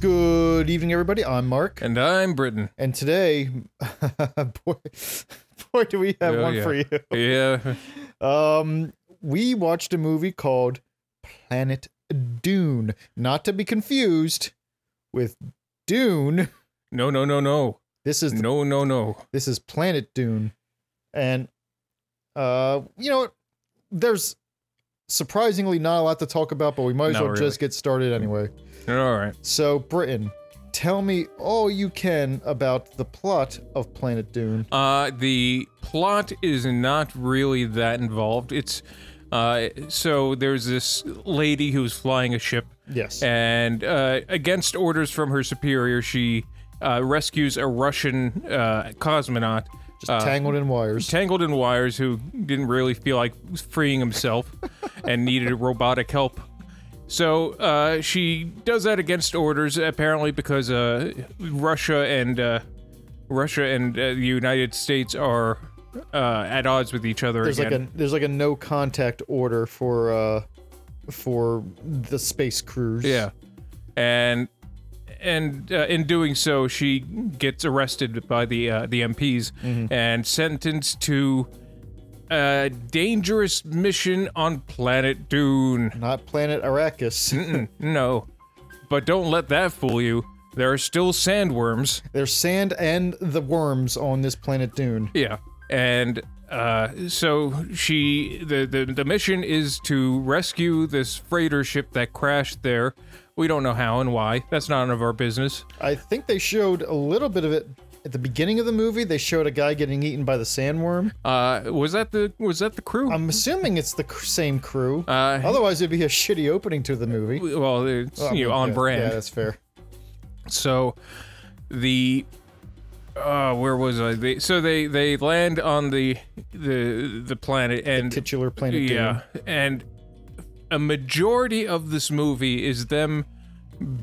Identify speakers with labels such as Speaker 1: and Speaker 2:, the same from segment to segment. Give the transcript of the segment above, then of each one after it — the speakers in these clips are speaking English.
Speaker 1: Good evening, everybody. I'm Mark,
Speaker 2: And I'm Britain.
Speaker 1: and today, boy, boy, do we have
Speaker 2: Oh,
Speaker 1: one
Speaker 2: yeah.
Speaker 1: for you.
Speaker 2: Yeah.
Speaker 1: Um, we watched a movie called Planet Dune, not to be confused with Dune.
Speaker 2: No, no, no, no.
Speaker 1: This is the
Speaker 2: No, no, no.
Speaker 1: This is Planet Dune. And uh you know, there's surprisingly not a lot to talk about, but we might as
Speaker 2: Not
Speaker 1: well
Speaker 2: really.
Speaker 1: just get started anyway.
Speaker 2: All right.
Speaker 1: So, Britain, tell me all you can about the plot of Planet Dune.
Speaker 2: Uh, the plot is not really that involved. It's uh, so there's this lady who's flying a ship,
Speaker 1: Yes.
Speaker 2: and uh, against orders from her superior, she uh, rescues a Russian uh, cosmonaut.
Speaker 1: just
Speaker 2: Uh,
Speaker 1: tangled in wires.
Speaker 2: Tangled in wires, who didn't really feel like freeing himself and needed robotic help. So uh, she does that against orders, apparently because uh, Russia and uh, Russia and uh, the United States are uh, at odds with each other
Speaker 1: there's like
Speaker 2: again.
Speaker 1: a there's like a no contact order for uh for the space cruise.
Speaker 2: yeah, and and uh, in doing so, she gets arrested by the uh, the MPs
Speaker 1: Mm-hmm.
Speaker 2: and sentenced to a dangerous mission on planet Dune.
Speaker 1: Not Planet Arrakis.
Speaker 2: Mm-mm, Mm, no. But don't let that fool you. There are still sandworms.
Speaker 1: There's sand and the worms on this planet Dune.
Speaker 2: Yeah. And uh, so she the, the the mission is to rescue this freighter ship that crashed there. We don't know how and why. That's none of our business.
Speaker 1: I think they showed a little bit of it at the beginning of the movie. They showed a guy getting eaten by the sandworm.
Speaker 2: Uh, was that the was that the crew?
Speaker 1: I'm assuming it's the cr- same crew.
Speaker 2: Mm-hmm. uh,
Speaker 1: Otherwise, it'd be a shitty opening to the movie.
Speaker 2: well, it's
Speaker 1: oh. I
Speaker 2: you know,
Speaker 1: mean,
Speaker 2: on
Speaker 1: yeah,
Speaker 2: brand.
Speaker 1: Yeah, that's fair.
Speaker 2: So the uh where was I? They, so they they land on the the the planet and
Speaker 1: Titular planet Dune.
Speaker 2: yeah, and a majority of this movie is them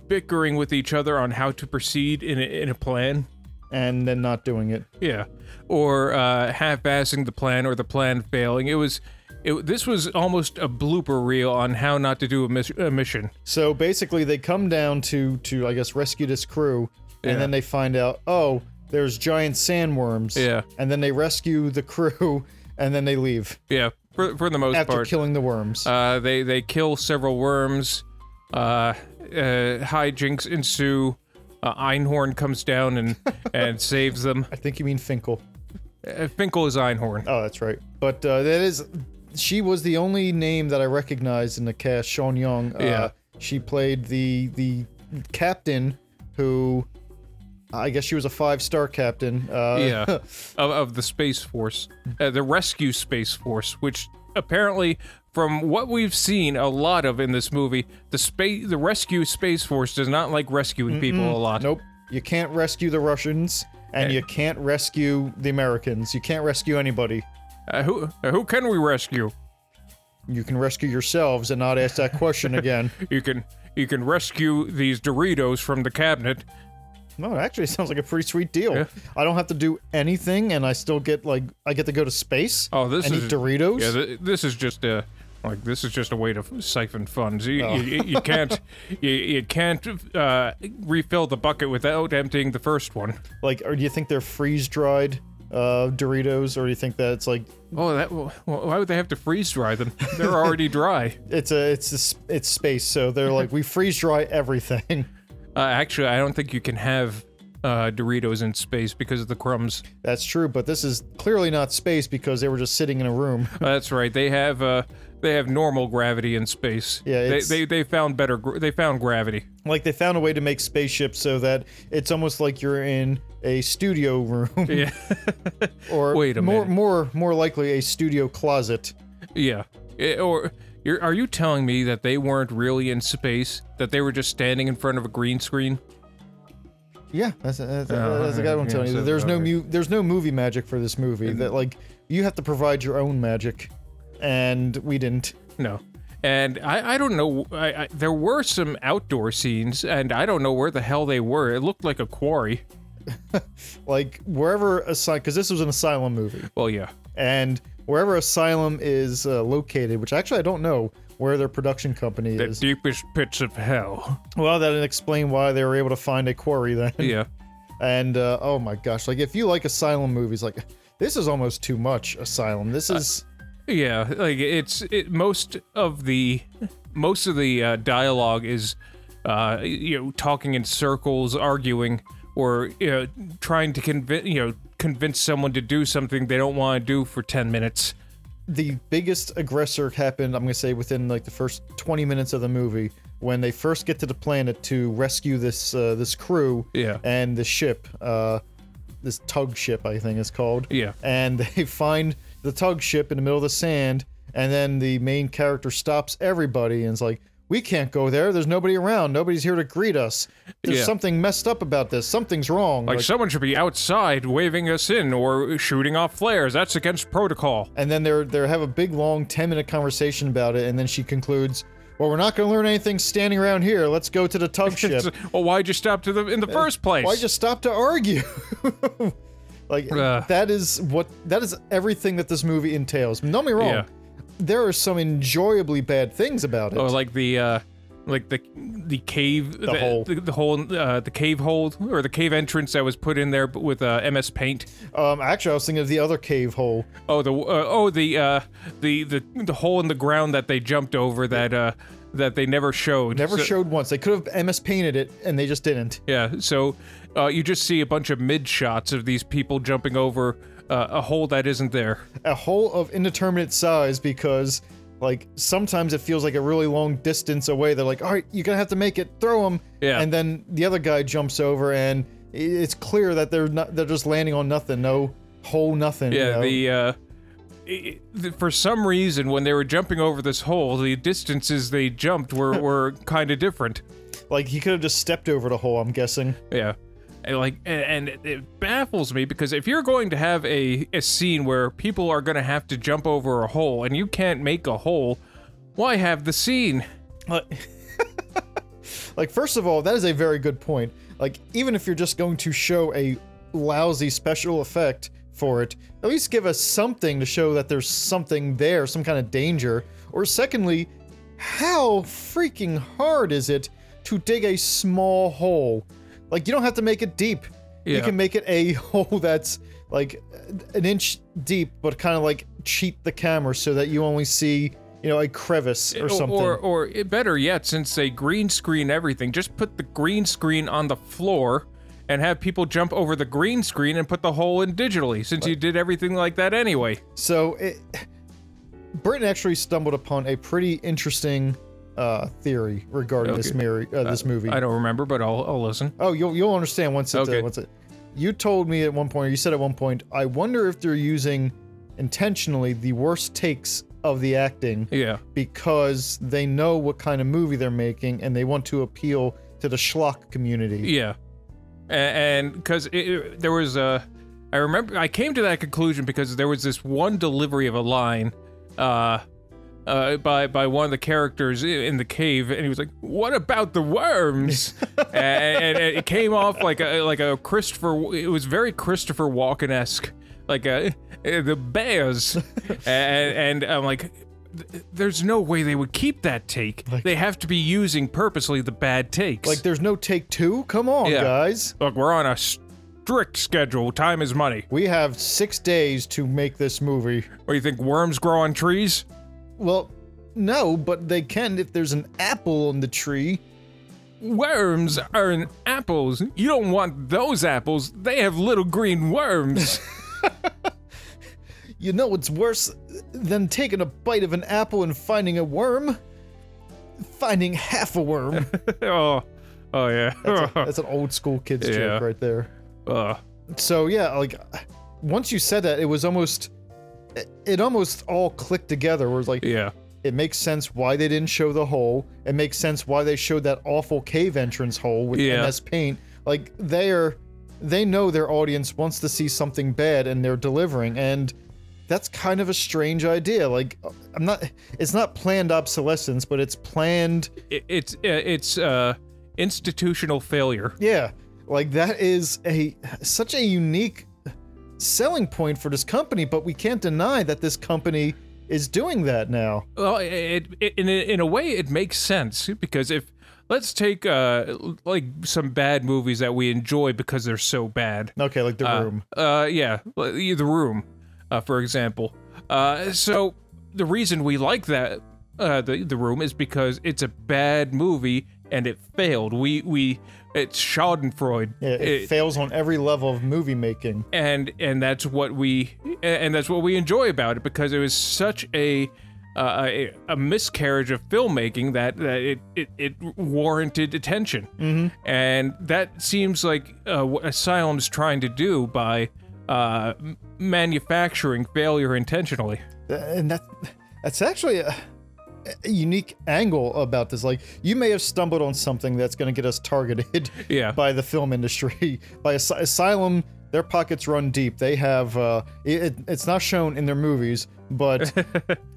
Speaker 2: bickering with each other on how to proceed in a, in a plan.
Speaker 1: and then not doing it.
Speaker 2: Yeah, or uh, half-assing the plan, or the plan failing. It was, it, this was almost a blooper reel on how not to do a, mis- a mission.
Speaker 1: So basically, they come down to to I guess rescue this crew, and
Speaker 2: Yeah.
Speaker 1: then they find out oh there's giant sandworms.
Speaker 2: Yeah.
Speaker 1: and then they rescue the crew, and then they leave
Speaker 2: Yeah, for, for the most
Speaker 1: after
Speaker 2: part.
Speaker 1: killing the worms.
Speaker 2: Uh, they they kill several worms. Uh, uh, hijinks ensue. Uh, Einhorn comes down and and saves them.
Speaker 1: I think you mean Finkel.
Speaker 2: Uh, Finkel is Einhorn.
Speaker 1: Oh, that's right. But uh, that is, she was the only name that I recognized in the cast. Sean Young. Uh,
Speaker 2: Yeah.
Speaker 1: She played the the captain who, I guess she was a five star captain. Uh,
Speaker 2: Yeah, of, of the space force, uh, the rescue space force, which apparently, from what we've seen a lot of in this movie, the space the rescue space force does not like rescuing people a lot.
Speaker 1: Nope. You can't rescue the Russians, and you can't rescue the Americans. You can't rescue anybody.
Speaker 2: Uh, who uh, who can we rescue?
Speaker 1: You can rescue yourselves and not ask that question again.
Speaker 2: You can you can rescue these Doritos from the cabinet.
Speaker 1: No, it actually sounds like a pretty sweet deal. I don't have to do anything, and I still get like I get to go to space.
Speaker 2: Oh, this
Speaker 1: and
Speaker 2: is
Speaker 1: eat Doritos.
Speaker 2: Yeah, th- this is just a like this is just a way to f- siphon funds. You,
Speaker 1: Oh.
Speaker 2: you, you can't you, you can't uh, refill the bucket without emptying the first one.
Speaker 1: Like, or do you think they're freeze dried uh, Doritos, or do you think that it's like
Speaker 2: Oh, that well, why would they have to freeze dry them? They're already dry.
Speaker 1: it's a it's a, s- it's space, so they're like we freeze dry everything.
Speaker 2: Uh, actually, I don't think you can have uh, Doritos in space because of the crumbs.
Speaker 1: That's true, but this is clearly not space because they were just sitting in a room.
Speaker 2: Uh, That's right. They have uh, they have normal gravity in space.
Speaker 1: Yeah,
Speaker 2: they,
Speaker 1: it's-
Speaker 2: they they found better. Gr- they found gravity.
Speaker 1: Like they found a way to make spaceships so that it's almost like you're in a studio room,
Speaker 2: Yeah,
Speaker 1: or
Speaker 2: Wait a
Speaker 1: more
Speaker 2: minute.
Speaker 1: more more likely a studio closet.
Speaker 2: yeah. Eh, or you're, are you telling me that they weren't really in space? That they were just standing in front of a green screen?
Speaker 1: Yeah, that's that's, that's the guy I'm
Speaker 2: Uh-huh. yeah,
Speaker 1: telling you.
Speaker 2: so-
Speaker 1: There's no
Speaker 2: okay.
Speaker 1: mu- there's no movie magic for this movie. That like you have to provide your own magic, and we didn't.
Speaker 2: No. And I, I don't know. I, I, there were some outdoor scenes, and I don't know where the hell they were. It looked like a quarry.
Speaker 1: like wherever aside because this was an asylum movie
Speaker 2: Well, yeah.
Speaker 1: and wherever Asylum is uh, located, which actually I don't know where their production company
Speaker 2: The
Speaker 1: is.
Speaker 2: deepest pits of hell.
Speaker 1: well, that'll explain why they were able to find a quarry then.
Speaker 2: Yeah.
Speaker 1: And uh, oh my gosh, like if you like Asylum movies, like this is almost too much Asylum. This is
Speaker 2: Yeah, like it's it, most of the most of the uh, dialogue is uh, you know talking in circles, arguing, or you know, trying to convince you know convince someone to do something they don't want to do for ten minutes.
Speaker 1: the biggest aggressor happened. I'm gonna say within like the first 20 minutes of the movie when they first get to the planet to rescue this uh, this crew
Speaker 2: Yeah.
Speaker 1: and the ship, uh, this tug ship I think it's called.
Speaker 2: Yeah.
Speaker 1: and they find the tug ship in the middle of the sand and then the main character stops everybody and is like we can't go there there's nobody around nobody's here to greet us there's
Speaker 2: Yeah.
Speaker 1: something messed up about this something's wrong
Speaker 2: Like,
Speaker 1: Like,
Speaker 2: someone should be outside waving us in or shooting off flares. That's against protocol.
Speaker 1: and then they're they have a big long 10 minute conversation about it and then she concludes well we're not going to learn anything standing around here let's go to the tug ship
Speaker 2: It's- well, why'd you stop to the in the first place?
Speaker 1: why just stop to argue like
Speaker 2: Ugh.
Speaker 1: that is what that is everything that this movie entails don't get me wrong
Speaker 2: Yeah.
Speaker 1: there are some enjoyably bad things about it
Speaker 2: Oh, like the uh, like the the cave, the,
Speaker 1: hole.
Speaker 2: the, the hole, uh, the cave hole or the cave entrance that was put in there with uh, MS Paint.
Speaker 1: Um, actually, I was thinking of the other cave hole.
Speaker 2: Oh, the uh, oh the uh, the the the hole in the ground that they jumped over that uh, that they never showed.
Speaker 1: Never
Speaker 2: So-
Speaker 1: showed once. They could have MS painted it, and they just didn't.
Speaker 2: Yeah, so uh, you just see a bunch of mid shots of these people jumping over uh, a hole that isn't there.
Speaker 1: A hole of indeterminate size because, like, sometimes it feels like a really long distance away. They're like, all right, you're gonna have to make it. Throw him.
Speaker 2: Yeah.
Speaker 1: And then the other guy jumps over, and i- it's clear that they're not. They're just landing on nothing. No hole. Nothing. you
Speaker 2: Yeah,
Speaker 1: know?
Speaker 2: the uh, i- i- for some reason when they were jumping over this hole, the distances they jumped were were kind of different.
Speaker 1: like he could have just stepped over the hole. I'm guessing.
Speaker 2: Yeah. And like and and it baffles me because if you're going to have a, a scene where people are going to have to jump over a hole and you can't make a hole, why have the scene?
Speaker 1: Like, like, first of all, that is a very good point. Like, even if you're just going to show a lousy special effect for it, at least give us something to show that there's something there, some kind of danger. Or, secondly, how freaking hard is it to dig a small hole? Like, you don't have to make it deep. You
Speaker 2: Yeah.
Speaker 1: can make it a hole that's like an inch deep, but kind of like cheat the camera so that you only see, you know, a crevice or something.
Speaker 2: Eh, Or or it- better yet, since they green screen everything, just put the green screen on the floor and have people jump over the green screen and put the hole in digitally since you did everything like that anyway.
Speaker 1: So it, Britain actually stumbled upon a pretty interesting uh, theory regarding this,
Speaker 2: Okay.
Speaker 1: mir- uh, this movie.
Speaker 2: I don't remember, but I'll, I'll listen.
Speaker 1: oh, you'll you'll understand once it
Speaker 2: Okay.
Speaker 1: uh, once it. You told me at one point, or you said at one point, I wonder if they're using intentionally the worst takes of the acting
Speaker 2: Yeah.
Speaker 1: because they know what kind of movie they're making and they want to appeal to the schlock community.
Speaker 2: Yeah, A- and because there was a, I remember I came to that conclusion because there was this one delivery of a line, uh, uh, by by one of the characters i- in the cave, and he was like, "What about the worms?" and, and it came off like a like a Christopher. It was very Christopher Walken esque, like a, uh, the bears, and, and I'm like. "Th- There's no way they would keep that take. they have to be using purposely the bad takes.
Speaker 1: Like, there's no take two? Come on,
Speaker 2: Yeah.
Speaker 1: guys.
Speaker 2: Look, we're on a strict schedule. Time is money.
Speaker 1: We have six days to make this movie.
Speaker 2: What do you think? Worms grow on trees?
Speaker 1: Well, no, but they can if there's an apple on the tree.
Speaker 2: Worms are in apples. You don't want those apples. They have little green worms.
Speaker 1: You know what's worse than taking a bite of an apple and finding a worm? Finding half a worm.
Speaker 2: oh, oh yeah.
Speaker 1: That's an old school kid's
Speaker 2: Yeah.
Speaker 1: joke right there.
Speaker 2: Uh,
Speaker 1: So yeah, like once you said that, it was almost it- it almost all clicked together. Where it's like
Speaker 2: yeah.
Speaker 1: it makes sense why they didn't show the hole. It makes sense why they showed that awful cave entrance hole with
Speaker 2: Yeah.
Speaker 1: MS Paint. Like they're they know their audience wants to see something bad and they're delivering and that's kind of a strange idea. Like I'm not it's not planned obsolescence, but it's planned
Speaker 2: It, it's it's uh institutional failure.
Speaker 1: yeah. Like that is a such a unique selling point for this company, but we can't deny that this company is doing that now.
Speaker 2: Well, it, it in a, in a way it makes sense because if let's take uh like some bad movies that we enjoy because they're so bad.
Speaker 1: Okay, like The Room.
Speaker 2: Uh, yeah, like The Room, uh, for example. Uh, so the reason we like that uh, the the Room is because it's a bad movie and it failed. We we it's Schadenfreude.
Speaker 1: Yeah, it,
Speaker 2: It-
Speaker 1: fails on every level of movie making.
Speaker 2: and and that's what we and that's what we enjoy about it because it was such a uh, a, a miscarriage of filmmaking that, that it, it, it warranted attention and that seems like uh, what asylum's trying to do by uh, m- manufacturing failure intentionally
Speaker 1: and that that's actually a, a unique angle about this like you may have stumbled on something that's going to get us targeted
Speaker 2: Yeah.
Speaker 1: by the film industry by As- asylum their pockets run deep they have uh it, it- it's not shown in their movies but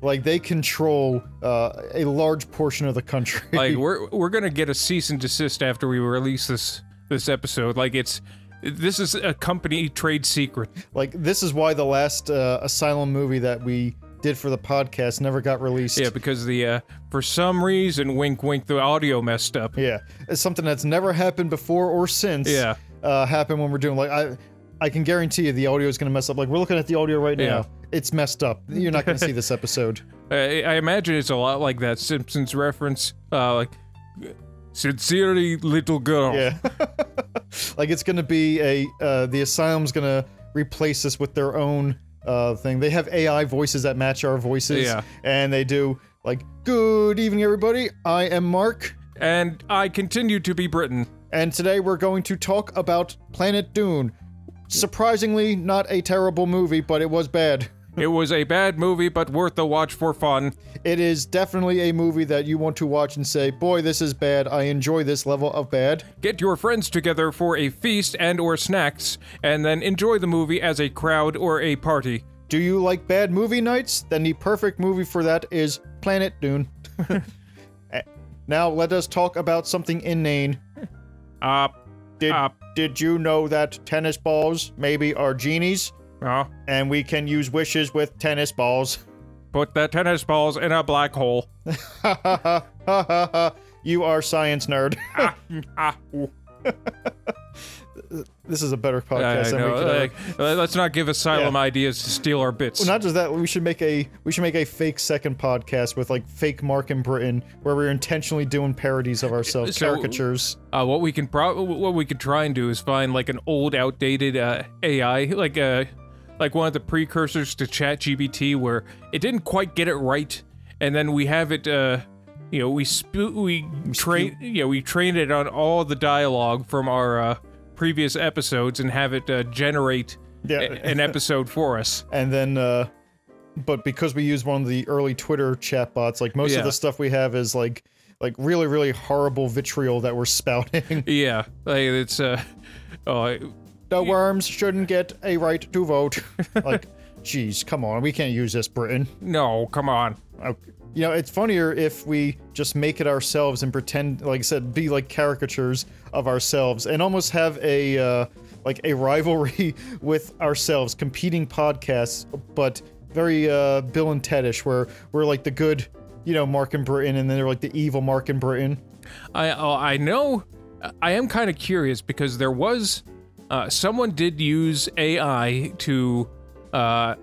Speaker 1: like they control uh, a large portion of the country
Speaker 2: like we're we're gonna get a cease and desist after we release this this episode like it's this is a company trade secret
Speaker 1: like this is why the last uh, asylum movie that we did for the podcast never got released
Speaker 2: yeah because the uh, for some reason wink wink the audio messed up
Speaker 1: Yeah, it's something that's never happened before or since.
Speaker 2: Yeah.
Speaker 1: uh, happened when we're doing like I, I can guarantee you the audio is gonna mess up. Like we're looking at the audio right
Speaker 2: Yeah.
Speaker 1: now, it's messed up. You're not gonna see this episode.
Speaker 2: I, I imagine it's a lot like that Simpsons reference, uh, like "sincerely, little girl."
Speaker 1: Yeah, like it's gonna be a uh, the asylum's gonna replace this with their own uh, thing. They have AI voices that match our voices.
Speaker 2: Yeah.
Speaker 1: and they do like good evening everybody. I am Mark.
Speaker 2: And I continue to be Britain.
Speaker 1: and today we're going to talk about Planet Dune. Surprisingly, not a terrible movie, but it was bad.
Speaker 2: It was a bad movie, but worth a watch for fun.
Speaker 1: It is definitely a movie that you want to watch and say, "Boy, this is bad. I enjoy this level of bad."
Speaker 2: Get your friends together for a feast and/or snacks, and then enjoy the movie as a crowd or a party.
Speaker 1: Do you like bad movie nights? Then the perfect movie for that is Planet Dune. Eh, now let us talk about something inane.
Speaker 2: Uh,
Speaker 1: Did
Speaker 2: Uh.
Speaker 1: did you know that tennis balls maybe are genies,
Speaker 2: uh,
Speaker 1: and we can use wishes with tennis balls?
Speaker 2: put the tennis balls in a black hole.
Speaker 1: Ha ha ha ha ha ha! You are science nerd.
Speaker 2: ah, ah, ooh.
Speaker 1: This is a better
Speaker 2: I
Speaker 1: podcast than
Speaker 2: know,
Speaker 1: we could.
Speaker 2: like, uh, let's not give Asylum ideas to steal our bits.
Speaker 1: Not just that, we should make a we should make a fake second podcast with like fake Mark and Britain, where we're intentionally doing parodies of ourselves,
Speaker 2: So-
Speaker 1: caricatures.
Speaker 2: Uh, what we can pro- what we could try and do is find like an old, outdated uh, AI, like uh, like one of the precursors to ChatGPT, where it didn't quite get it right, and then we have it, uh, you know, we sp- we train, yeah, we train it on all the dialogue from our uh, previous episodes and have it uh, generate
Speaker 1: Yeah.
Speaker 2: a- an episode for us.
Speaker 1: And then, uh, but because we use one of the early Twitter chatbots, like most
Speaker 2: Yeah.
Speaker 1: of the stuff we have is like like really really horrible vitriol that we're spouting.
Speaker 2: Yeah, like it's uh, oh,
Speaker 1: the worms shouldn't get a right to vote. like, geez, come on, we can't use this, Britain.
Speaker 2: no, come on.
Speaker 1: Okay. You know, it's funnier if we just make it ourselves and pretend, like I said, be like caricatures of ourselves, and almost have a uh, like a rivalry with ourselves, competing podcasts, but very uh, Bill and Tedish, where we're like the good, you know, Mark and Britain, and then they're like the evil Mark and Britain.
Speaker 2: I uh, I know I am kind of curious because there was uh, someone did use AI to uh,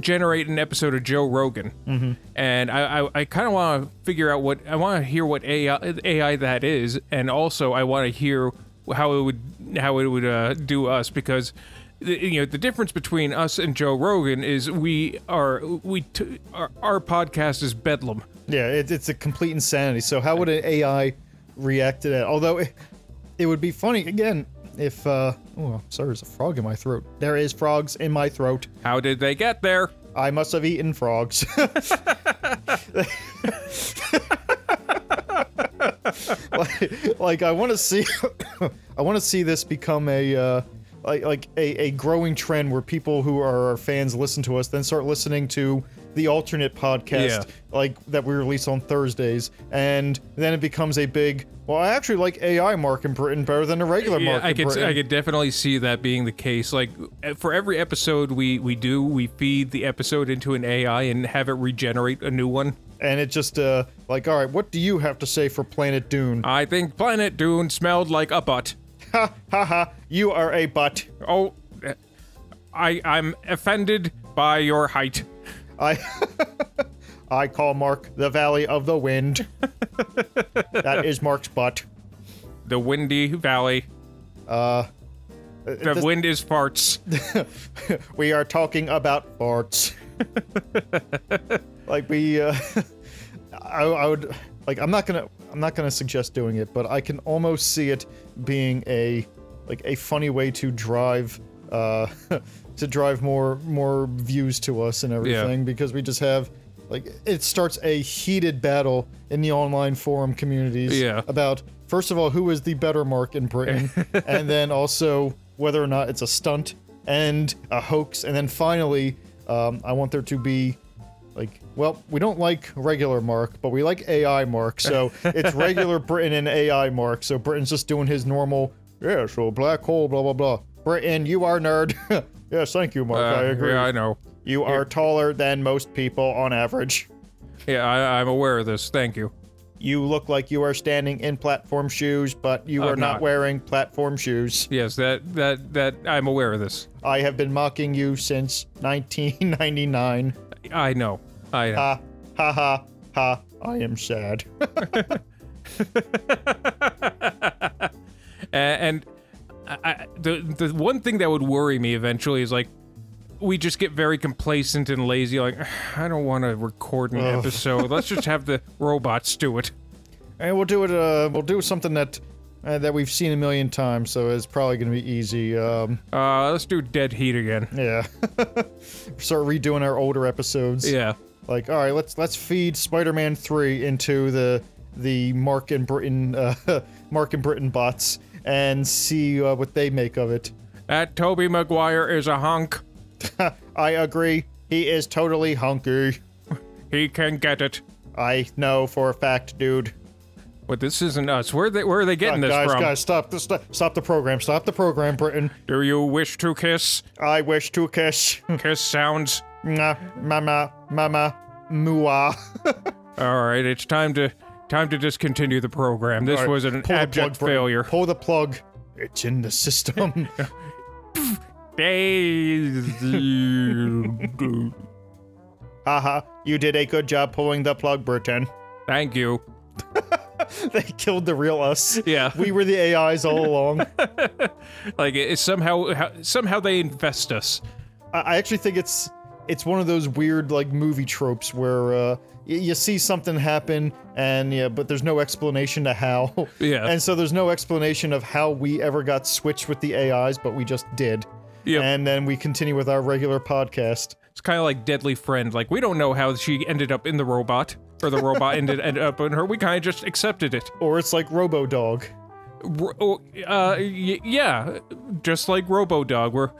Speaker 2: generate an episode of Joe Rogan, mm-hmm. and I I, I kind of want to figure out what I want to hear what AI AI that is, and also I want to hear how it would how it would uh, do us because. the- You know the difference between us and Joe Rogan is we are we t- our, our podcast is bedlam.
Speaker 1: Yeah, it, it's a complete insanity. So how would an AI react to that? Although it, it would be funny again if uh, oh, sorry, there's a frog in my throat. There is frogs in my throat.
Speaker 2: How did they get there?
Speaker 1: I must have eaten frogs. like, like, I want to see, I want to see this become a uh, like like a, a growing trend where people who are our fans listen to us, then start listening to the alternate podcast
Speaker 2: Yeah.
Speaker 1: like that we release on Thursdays, and then it becomes a big. Well, I actually like AI Mark in Britain better than the regular
Speaker 2: Yeah,
Speaker 1: Mark
Speaker 2: I
Speaker 1: in
Speaker 2: could
Speaker 1: Britain.
Speaker 2: I could definitely see that being the case. Like eh, for every episode we we do, we feed the episode into an AI and have it regenerate a new one.
Speaker 1: and it just uh like, all right, what do you have to say for Planet Dune?
Speaker 2: I think Planet Dune smelled like a butt.
Speaker 1: Ha ha ha! You are a butt.
Speaker 2: Oh, eh, I I'm offended by your height.
Speaker 1: I I call Mark the Valley of the Wind. that is Mark's butt.
Speaker 2: The windy valley. Uh, the
Speaker 1: this-
Speaker 2: wind is farts.
Speaker 1: We are talking about farts. like we, uh, I, I would like. I'm not gonna. I'm not gonna suggest doing it, but I can almost see it being a like a funny way to drive. Uh, to drive more more views to us and everything because we just have like it starts a heated battle in the online forum communities
Speaker 2: Yeah.
Speaker 1: about first of all who is the better mark in Britain, and then also whether or not it's a stunt and a hoax, and then finally, um, I want there to be like, well, we don't like regular Mark, but we like AI Mark, so it's regular Britain and AI Mark, so Britain's just doing his normal, yeah, so black hole, blah blah blah. Britain, you are nerd. yes, thank you, Mark.
Speaker 2: Uh,
Speaker 1: I agree.
Speaker 2: Yeah, I know.
Speaker 1: you are taller than most people on average.
Speaker 2: Yeah, I, I'm aware of this. Thank you.
Speaker 1: You look like you are standing in platform shoes, but you are not
Speaker 2: not.
Speaker 1: wearing platform shoes.
Speaker 2: Yes, that that that I'm aware of this.
Speaker 1: I have been mocking you since 1999.
Speaker 2: I know. I know.
Speaker 1: Ha, ha, ha, ha. I am sad.
Speaker 2: A- and I, I, the the one thing that would worry me eventually is like we just get very complacent and lazy. Like I don't want to record an episode. Let's just have the robots do it.
Speaker 1: and we'll do it. Uh, we'll do something that uh, that we've seen a million times, so it's probably going to be easy. Um,
Speaker 2: Uh, let's do dead heat again.
Speaker 1: yeah. Start redoing our older episodes.
Speaker 2: Yeah.
Speaker 1: Like, all right, let's let's feed Spider-Man three into the the Mark and Britain uh, Mark and Britain bots and see uh, what they make of it.
Speaker 2: That Toby Maguire is a hunk.
Speaker 1: I agree. He is totally hunky.
Speaker 2: He can get it.
Speaker 1: I know for a fact, dude.
Speaker 2: But this isn't us. Where they where are they getting this
Speaker 1: guys,
Speaker 2: from?
Speaker 1: guys, stop the stop, stop the program. Stop the program, Britain.
Speaker 2: Do you wish to kiss?
Speaker 1: I wish to kiss.
Speaker 2: kiss sounds.
Speaker 1: Mwah, mama, mama, mua.
Speaker 2: All right, it's time to time to discontinue the program. This was an
Speaker 1: Pull the plug,
Speaker 2: abject
Speaker 1: Britain.
Speaker 2: failure.
Speaker 1: Pull the plug. It's in the system.
Speaker 2: Daisy.
Speaker 1: Haha, you did a good job pulling the plug, Britain.
Speaker 2: Thank you.
Speaker 1: They killed the real us.
Speaker 2: Yeah.
Speaker 1: We were the AIs all along.
Speaker 2: Like it, it's somehow how, somehow they invest us.
Speaker 1: I- I actually think it's it's one of those weird like movie tropes where uh, y- you see something happen and yeah, but there's no explanation to how.
Speaker 2: Yeah.
Speaker 1: And so there's no explanation of how we ever got switched with the AIs, but we just did.
Speaker 2: Yep.
Speaker 1: And then we continue with our regular podcast.
Speaker 2: It's kind of like Deadly Friend. Like we don't know how she ended up in the robot or the robot ended, ended up in her. We kind of just accepted it.
Speaker 1: Or it's like Robo Dog.
Speaker 2: Ro- oh, Uh, y- yeah, just like RoboDog. We're,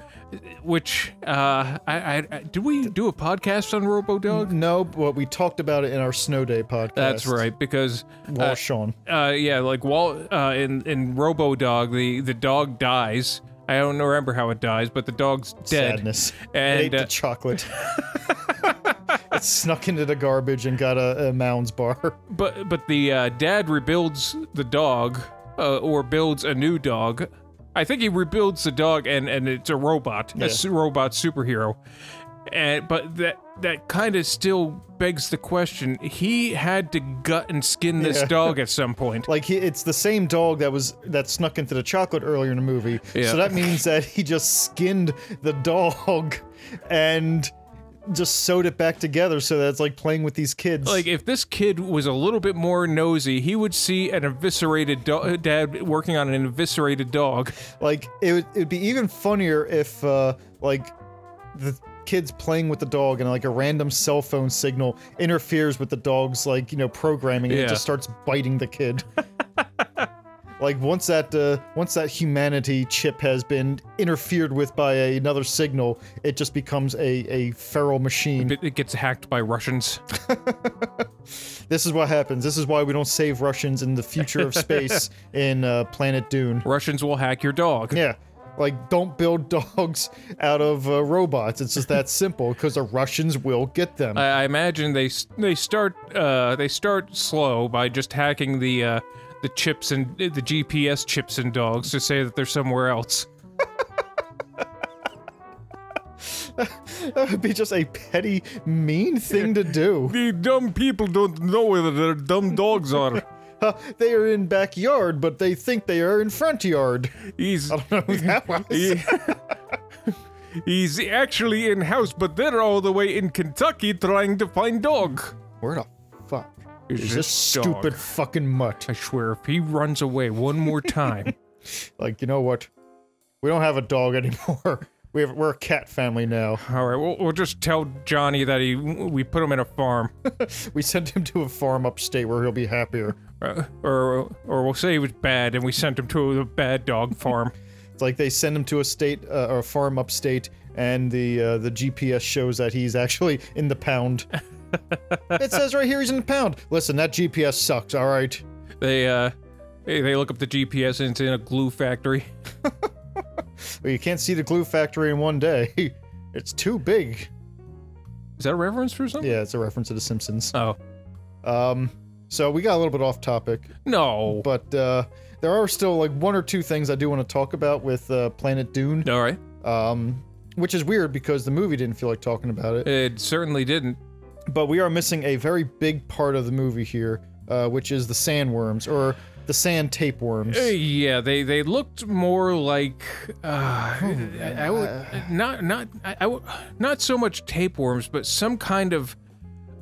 Speaker 2: which uh, I, I, I did we do a podcast on RoboDog?
Speaker 1: No, but we talked about it in our Snow Day podcast.
Speaker 2: That's right, because
Speaker 1: Well, Sean.
Speaker 2: uh, yeah, like Walt uh, in in RoboDog, the the dog dies. I don't remember how it dies, but the dog's dead.
Speaker 1: Sadness.
Speaker 2: and,
Speaker 1: it ate
Speaker 2: uh,
Speaker 1: the chocolate. it snuck into the garbage and got a, a Mounds bar.
Speaker 2: But but the uh, dad rebuilds the dog, uh, or builds a new dog. I think he rebuilds the dog, and and it's a robot, a su- robot superhero. And but that that kind of still begs the question. He had to gut and skin this
Speaker 1: Yeah.
Speaker 2: dog at some point.
Speaker 1: Like he, it's the same dog that was that snuck into the chocolate earlier in the movie.
Speaker 2: Yeah.
Speaker 1: So that means that he just skinned the dog and just sewed it back together so that it's like playing with these kids.
Speaker 2: Like if this kid was a little bit more nosy, he would see an eviscerated do- dad working on an eviscerated dog.
Speaker 1: Like it would it'd be even funnier if uh like the kids playing with the dog and like a random cell phone signal interferes with the dog's like, you know, programming and
Speaker 2: Yeah.
Speaker 1: it just starts biting the kid. Like once that uh, once that humanity chip has been interfered with by a- another signal, it just becomes a a feral machine.
Speaker 2: It, it gets hacked by Russians.
Speaker 1: This is what happens. This is why we don't save Russians in the future of space in uh, Planet Dune.
Speaker 2: Russians will hack your dog.
Speaker 1: Yeah. Like, don't build dogs out of uh, robots. It's just that simple because the Russians will get them.
Speaker 2: I, I imagine they s- they start uh, they start slow by just hacking the uh, the chips and the GPS chips and dogs to say that they're somewhere else.
Speaker 1: that would be just a petty, mean thing to do.
Speaker 2: The dumb people don't know where their dumb dogs are.
Speaker 1: Uh, they are in backyard, but they think they are in front yard.
Speaker 2: He's
Speaker 1: I don't know who that was.
Speaker 2: he- he's actually in house, but they're all the way in Kentucky trying to find dog.
Speaker 1: Where the fuck
Speaker 2: Is
Speaker 1: is
Speaker 2: this
Speaker 1: this
Speaker 2: dog?
Speaker 1: stupid fucking mutt?
Speaker 2: I swear, if he runs away one more time,
Speaker 1: Like, you know what? We don't have a dog anymore. We have, we're a cat family now.
Speaker 2: all right, we'll, we'll just tell Johnny that he we put him in a farm.
Speaker 1: We sent him to a farm upstate where he'll be happier.
Speaker 2: Uh, or or we'll say he was bad and we sent him to a bad dog farm.
Speaker 1: It's like they send him to a state uh, or a farm upstate, and the uh, the GPS shows that he's actually in the pound. it says right here he's in the pound. Listen, that GPS sucks. All right,
Speaker 2: they uh they they look up the GPS and it's in a glue factory.
Speaker 1: well, you can't see the glue factory in one day. it's too big.
Speaker 2: Is that a reference for something?
Speaker 1: Yeah, it's a reference to The Simpsons.
Speaker 2: Oh.
Speaker 1: Um, so we got a little bit off topic,
Speaker 2: No.
Speaker 1: but uh, there are still like one or two things I do want to talk about with uh, Planet Dune,
Speaker 2: All right.
Speaker 1: um, which is weird because the movie didn't feel like talking about it.
Speaker 2: It certainly didn't.
Speaker 1: but we are missing a very big part of the movie here, uh, which is the sandworms or the sand tapeworms.
Speaker 2: Uh, yeah, they they looked more like uh,
Speaker 1: Hmm.
Speaker 2: I, I would not not I, I would, not so much tapeworms, but some kind of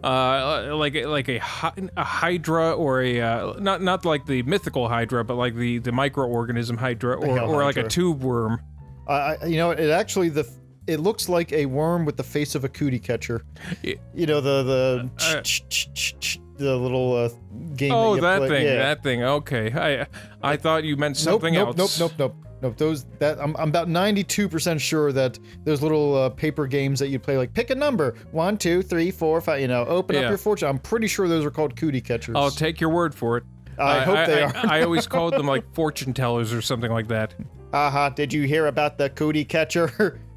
Speaker 2: uh like like a hy- a hydra or a uh, not not like the mythical hydra, but like the the microorganism hydra or,
Speaker 1: hell
Speaker 2: or like a
Speaker 1: hydra.
Speaker 2: tube worm.
Speaker 1: I I- you know, it actually the it looks like a worm with the face of a cootie catcher.
Speaker 2: Yeah.
Speaker 1: You know the the
Speaker 2: Uh,
Speaker 1: the little uh, game.
Speaker 2: Oh,
Speaker 1: you
Speaker 2: that
Speaker 1: play.
Speaker 2: thing,
Speaker 1: Yeah.
Speaker 2: that thing. Okay, I I thought you meant
Speaker 1: Nope,
Speaker 2: something
Speaker 1: nope, nope,
Speaker 2: else.
Speaker 1: nope, nope, nope. Those that I'm, I'm about 92% sure that those little uh, paper games that you play, like pick a number, one, two, three, four, five. You know, open
Speaker 2: Yeah.
Speaker 1: up your fortune. I'm pretty sure those are called cootie catchers.
Speaker 2: I'll take your word for it.
Speaker 1: I hope they are.
Speaker 2: I always called them like fortune tellers or something like that.
Speaker 1: Aha, Uh-huh, did you hear about the cootie catcher?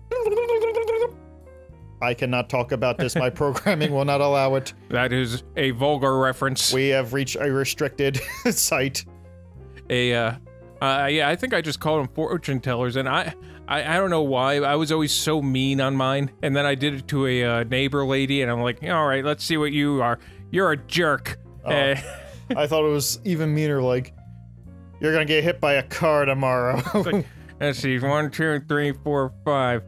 Speaker 1: I cannot talk about this. My programming will not allow it.
Speaker 2: That is a vulgar reference.
Speaker 1: We have reached a restricted site.
Speaker 2: a uh, uh yeah i think i just called them fortune tellers and I, I i don't know why i was always so mean on mine and then i did it to a uh, neighbor lady and i'm like all right let's see what you are you're a jerk
Speaker 1: Oh.
Speaker 2: Eh,
Speaker 1: I thought it was even meaner, like, you're gonna get hit by a car tomorrow.
Speaker 2: let's see one two three four five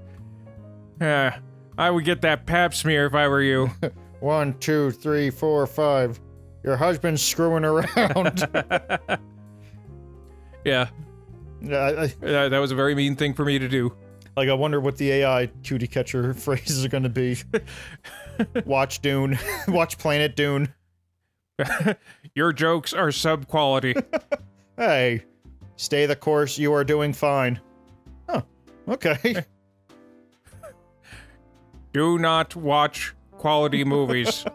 Speaker 2: uh, i would get that pap smear if i were you
Speaker 1: One, two, three, four, five. Your husband's screwing around.
Speaker 2: yeah
Speaker 1: Yeah, I, I-
Speaker 2: that, that was a very mean thing for me to do
Speaker 1: like, I wonder what the AI cootie catcher phrases are gonna be. Watch Dune. Watch Planet Dune.
Speaker 2: your jokes are sub quality
Speaker 1: Hey, stay the course. You are doing fine. Huh. Okay.
Speaker 2: do not watch quality movies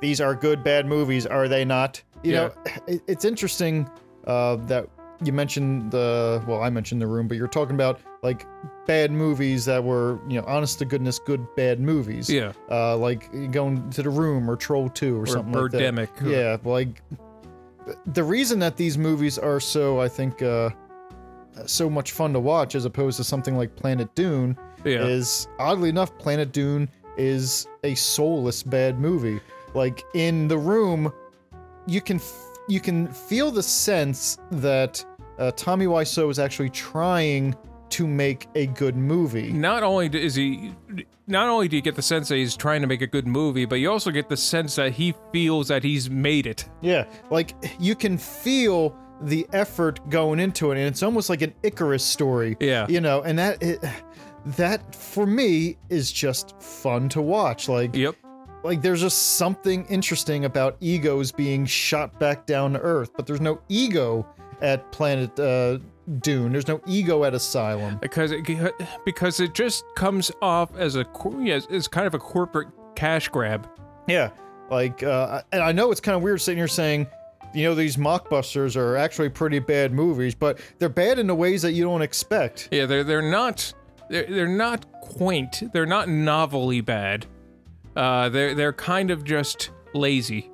Speaker 1: These are good, bad movies, are they not? You know, it- it's interesting uh, that you mentioned the, well, I mentioned the room, but you're talking about like bad movies that were, you know, honest to goodness, good, bad movies.
Speaker 2: yeah
Speaker 1: Uh, like going to the room or Troll 2 or,
Speaker 2: or
Speaker 1: something like that.
Speaker 2: birdemic
Speaker 1: Yeah, like the reason that these movies are so, I think, uh, so much fun to watch as opposed to something like Planet Dune
Speaker 2: yeah
Speaker 1: is oddly enough, Planet Dune is a soulless bad movie. Like in the room, you can f- you can feel the sense that uh, Tommy Wiseau is actually trying to make a good movie.
Speaker 2: not only d- is he not only do you get the sense that he's trying to make a good movie but you also get the sense that he feels that he's made it
Speaker 1: Yeah, like you can feel the effort going into it, and it's almost like an Icarus story.
Speaker 2: Yeah.
Speaker 1: you know, and that it, that for me is just fun to watch. Like
Speaker 2: yep
Speaker 1: like there's just something interesting about egos being shot back down to earth but there's no ego at Planet uh, Dune. There's no ego at Asylum.
Speaker 2: because it because it just comes off as a cor- yeah, it's- it's kind of a corporate cash grab.
Speaker 1: Yeah, like, uh, and I know it's kind of weird sitting here saying, you know, these mockbusters are actually pretty bad movies, but they're bad in the ways that you don't expect.
Speaker 2: Yeah, they're they're not they're, they're not quaint. They're not novelly bad. Uh, they're they're kind of just lazy.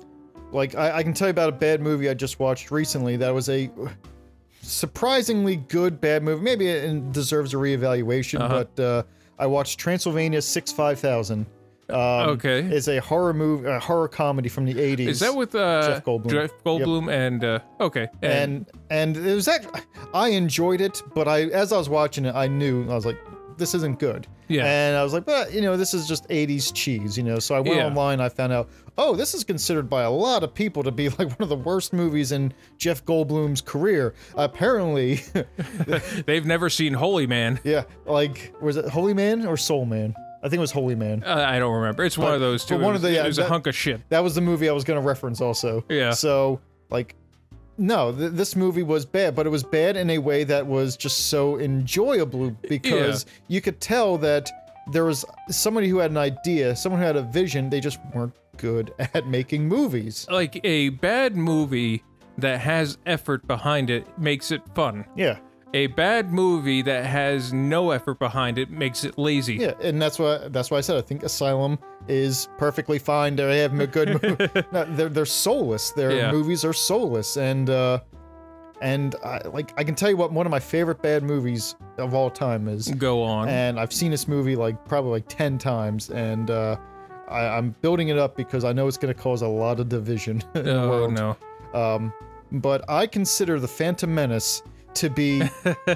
Speaker 1: Like, I, I can tell you about a bad movie I just watched recently that was a surprisingly good bad movie. Maybe it deserves a reevaluation,
Speaker 2: Uh-huh.
Speaker 1: but uh, I watched Transylvania 65000. Um,
Speaker 2: okay.
Speaker 1: It's a horror movie, a horror comedy from the 80s.
Speaker 2: Is that with uh,
Speaker 1: Jeff Goldblum.
Speaker 2: Jeff Goldblum and uh, okay, and,
Speaker 1: and and it was actually I enjoyed it, but I as I was watching it, I knew I was like, this isn't good.
Speaker 2: Yeah.
Speaker 1: And I was like, but you know, this is just '80s cheese, you know. So I went
Speaker 2: Yeah.
Speaker 1: online, I found out, oh, this is considered by a lot of people to be like one of the worst movies in Jeff Goldblum's career. Apparently,
Speaker 2: they've never seen Holy Man.
Speaker 1: yeah, like was it Holy Man or Soul Man? I think it was Holy Man.
Speaker 2: Uh, I don't remember. It's one of those two.
Speaker 1: but one
Speaker 2: it
Speaker 1: of
Speaker 2: was,
Speaker 1: the- yeah,
Speaker 2: it was
Speaker 1: that-
Speaker 2: a hunk of shit.
Speaker 1: That was the movie I was going to reference also.
Speaker 2: Yeah.
Speaker 1: So, like, no, th- this movie was bad, but it was bad in a way that was just so enjoyable because you could tell that there was somebody who had an idea, someone who had a vision, they just weren't good at making movies.
Speaker 2: Like a bad movie that has effort behind it makes it fun.
Speaker 1: Yeah.
Speaker 2: A bad movie that has no effort behind it makes it lazy.
Speaker 1: Yeah, and that's why that's why I said I think Asylum is perfectly fine. They have a good movie. no, they're they're soulless. Their
Speaker 2: Yeah.
Speaker 1: movies are soulless, and uh, and I, like I can tell you what one of my favorite bad movies of all time is,
Speaker 2: Go on.
Speaker 1: and I've seen this movie like probably like ten times, and uh, I, I'm building it up because I know it's going to cause a lot of division in the
Speaker 2: oh
Speaker 1: world.
Speaker 2: no.
Speaker 1: Um, but I consider The Phantom Menace to be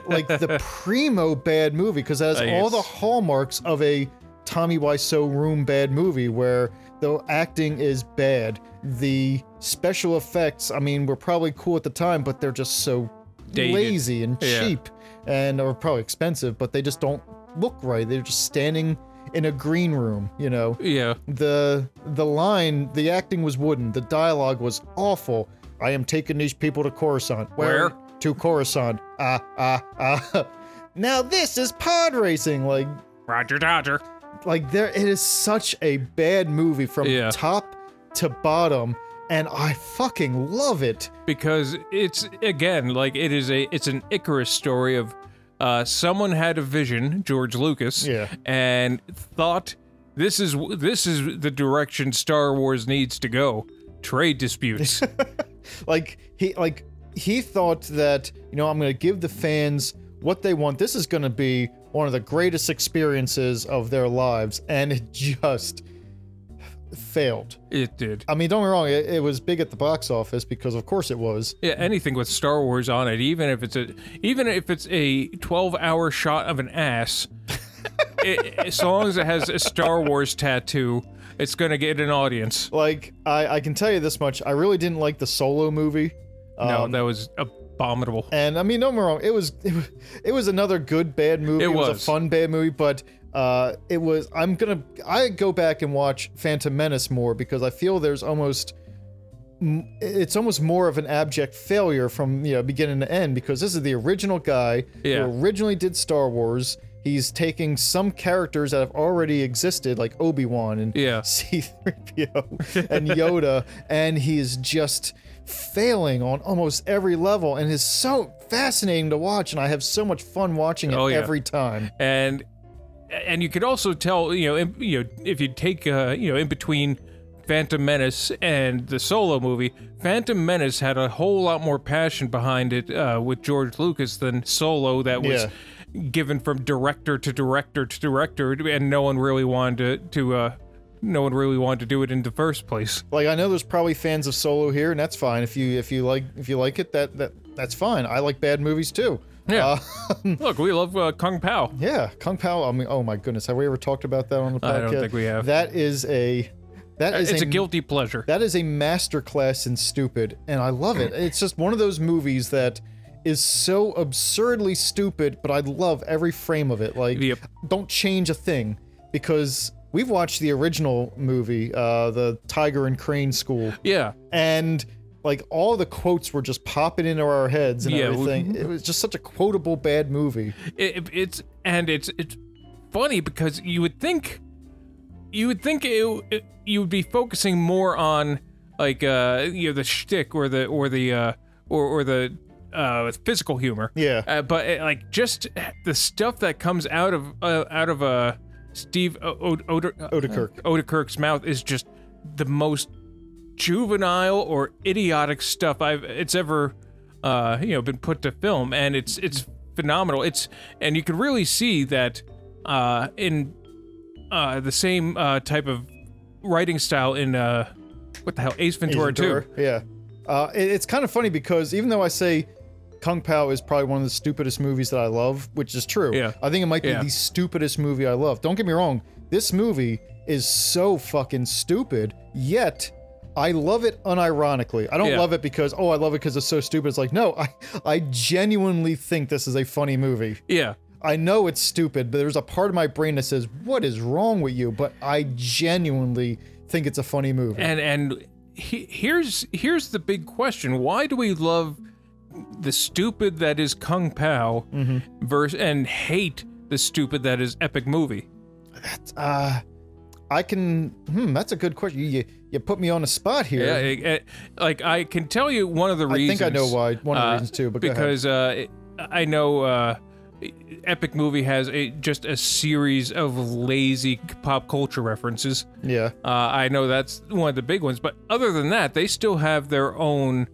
Speaker 1: like the primo bad movie because it has
Speaker 2: I
Speaker 1: all the
Speaker 2: guess.
Speaker 1: hallmarks of a Tommy Wiseau room bad movie where the acting is bad. The special effects, I mean, were probably cool at the time, but they're just so
Speaker 2: Dated.
Speaker 1: lazy and
Speaker 2: Yeah.
Speaker 1: cheap and are probably expensive, but they just don't look right. They're just standing in a green room, you know
Speaker 2: Yeah.
Speaker 1: the the line the acting was wooden the dialogue was awful i am taking these people to coruscant
Speaker 2: Where?
Speaker 1: to coruscant ah ah ah now this is pod racing like
Speaker 2: Roger Dodger.
Speaker 1: like there it is such a bad movie from
Speaker 2: Yeah.
Speaker 1: top to bottom and i fucking love it
Speaker 2: because it's again like it is a it's an Icarus story of uh, someone had a vision, George Lucas,
Speaker 1: Yeah.
Speaker 2: and thought this is this is the direction Star Wars needs to go. Trade disputes.
Speaker 1: like he like he thought that you know i'm gonna give the fans what they want this is gonna be one of the greatest experiences of their lives and it just failed
Speaker 2: it did.
Speaker 1: i mean don't get me wrong it, it was big at the box office because of course it was
Speaker 2: Yeah, anything with Star Wars on it, even if it's a even if it's a 12-hour shot of an ass, it, as long as it has a Star Wars tattoo, it's going to get an audience.
Speaker 1: like i i can tell you this much i really didn't like the solo movie Um,
Speaker 2: no, that was abominable.
Speaker 1: And I mean, don't get me wrong. It was, it was, it was another good bad movie.
Speaker 2: It
Speaker 1: a
Speaker 2: was.
Speaker 1: fun bad movie, but uh, it was. I'm gonna, I go back and watch Phantom Menace more because I feel there's almost, m- it's almost more of an abject failure from you know beginning to end because this is the original guy
Speaker 2: Yeah.
Speaker 1: who originally did Star Wars. He's taking some characters that have already existed, like Obi Wan and
Speaker 2: Yeah.
Speaker 1: C3PO and Yoda, and he is just failing on almost every level and is so fascinating to watch and I have so much fun watching it
Speaker 2: Oh, yeah.
Speaker 1: every time.
Speaker 2: and and you could also tell you know in, you know if you take uh, you know in between Phantom Menace and the solo movie, Phantom Menace had a whole lot more passion behind it uh, with George Lucas than Solo that was given from director to director to director, and no one really wanted to. to uh, no one really wanted to do it in the first place.
Speaker 1: Like I know there's probably fans of Solo here and that's fine if you if you like if you like it that that that's fine. I like bad movies too.
Speaker 2: Yeah. Look, we love uh, Kung Pao.
Speaker 1: Yeah, Kung Pao. I mean, oh my goodness, have we ever talked about that on the podcast?
Speaker 2: I don't think we have. Uh,
Speaker 1: That is a that is
Speaker 2: It's a guilty pleasure.
Speaker 1: That is a masterclass in stupid, and I love it. It's just one of those movies that is so absurdly stupid, but I love every frame of it. Like,
Speaker 2: Yep.
Speaker 1: don't change a thing because we've watched the original movie, uh, the Tiger and Crane School,
Speaker 2: Yeah.
Speaker 1: and like all the quotes were just popping into our heads and
Speaker 2: Yeah, mm-hmm. we-
Speaker 1: everything. It was just such a quotable bad movie.
Speaker 2: it, it's and it's it's funny because you would think you would think it, it- you would be focusing more on like uh you know the shtick or the or the uh or or the uh physical humor
Speaker 1: Yeah.
Speaker 2: uh, but it, like just the stuff that comes out of uh, out of uh Steve o- o- Oder-
Speaker 1: Odekirk.
Speaker 2: uh, Odekirk's mouth is just the most juvenile or idiotic stuff I've it's ever uh you know been put to film and it's it's phenomenal it's and you can really see that uh in uh the same uh type of writing style in uh what the hell Ace Ventura, too
Speaker 1: Yeah. Uh, it- it's kind of funny because even though I say Kung Pao is probably one of the stupidest movies that I love, which is true.
Speaker 2: Yeah.
Speaker 1: I think it might be
Speaker 2: Yeah.
Speaker 1: the stupidest movie I love. Don't get me wrong. This movie is so fucking stupid, yet I love it unironically. I don't
Speaker 2: Yeah.
Speaker 1: love it because, oh, I love it because it's so stupid. It's like, no, I, I genuinely think this is a funny movie.
Speaker 2: yeah
Speaker 1: I know it's stupid, but there's a part of my brain that says, what is wrong with you? But I genuinely think it's a funny movie.
Speaker 2: and and he, here's here's the big question why do we love the stupid that is kung pao
Speaker 1: Mm-hmm.
Speaker 2: verse and hate the stupid that is epic movie
Speaker 1: Uh, I can. Hmm, that's a good question. You you, you put me on the spot here.
Speaker 2: yeah it- it- like i can tell you one of the
Speaker 1: I
Speaker 2: reasons
Speaker 1: think I know why. One of the
Speaker 2: uh,
Speaker 1: reasons too, but go ahead.
Speaker 2: because uh, it- i know uh, epic movie has a, just a series of lazy pop culture references
Speaker 1: yeah,
Speaker 2: Uh, I know that's one of the big ones, but other than that, they still have their own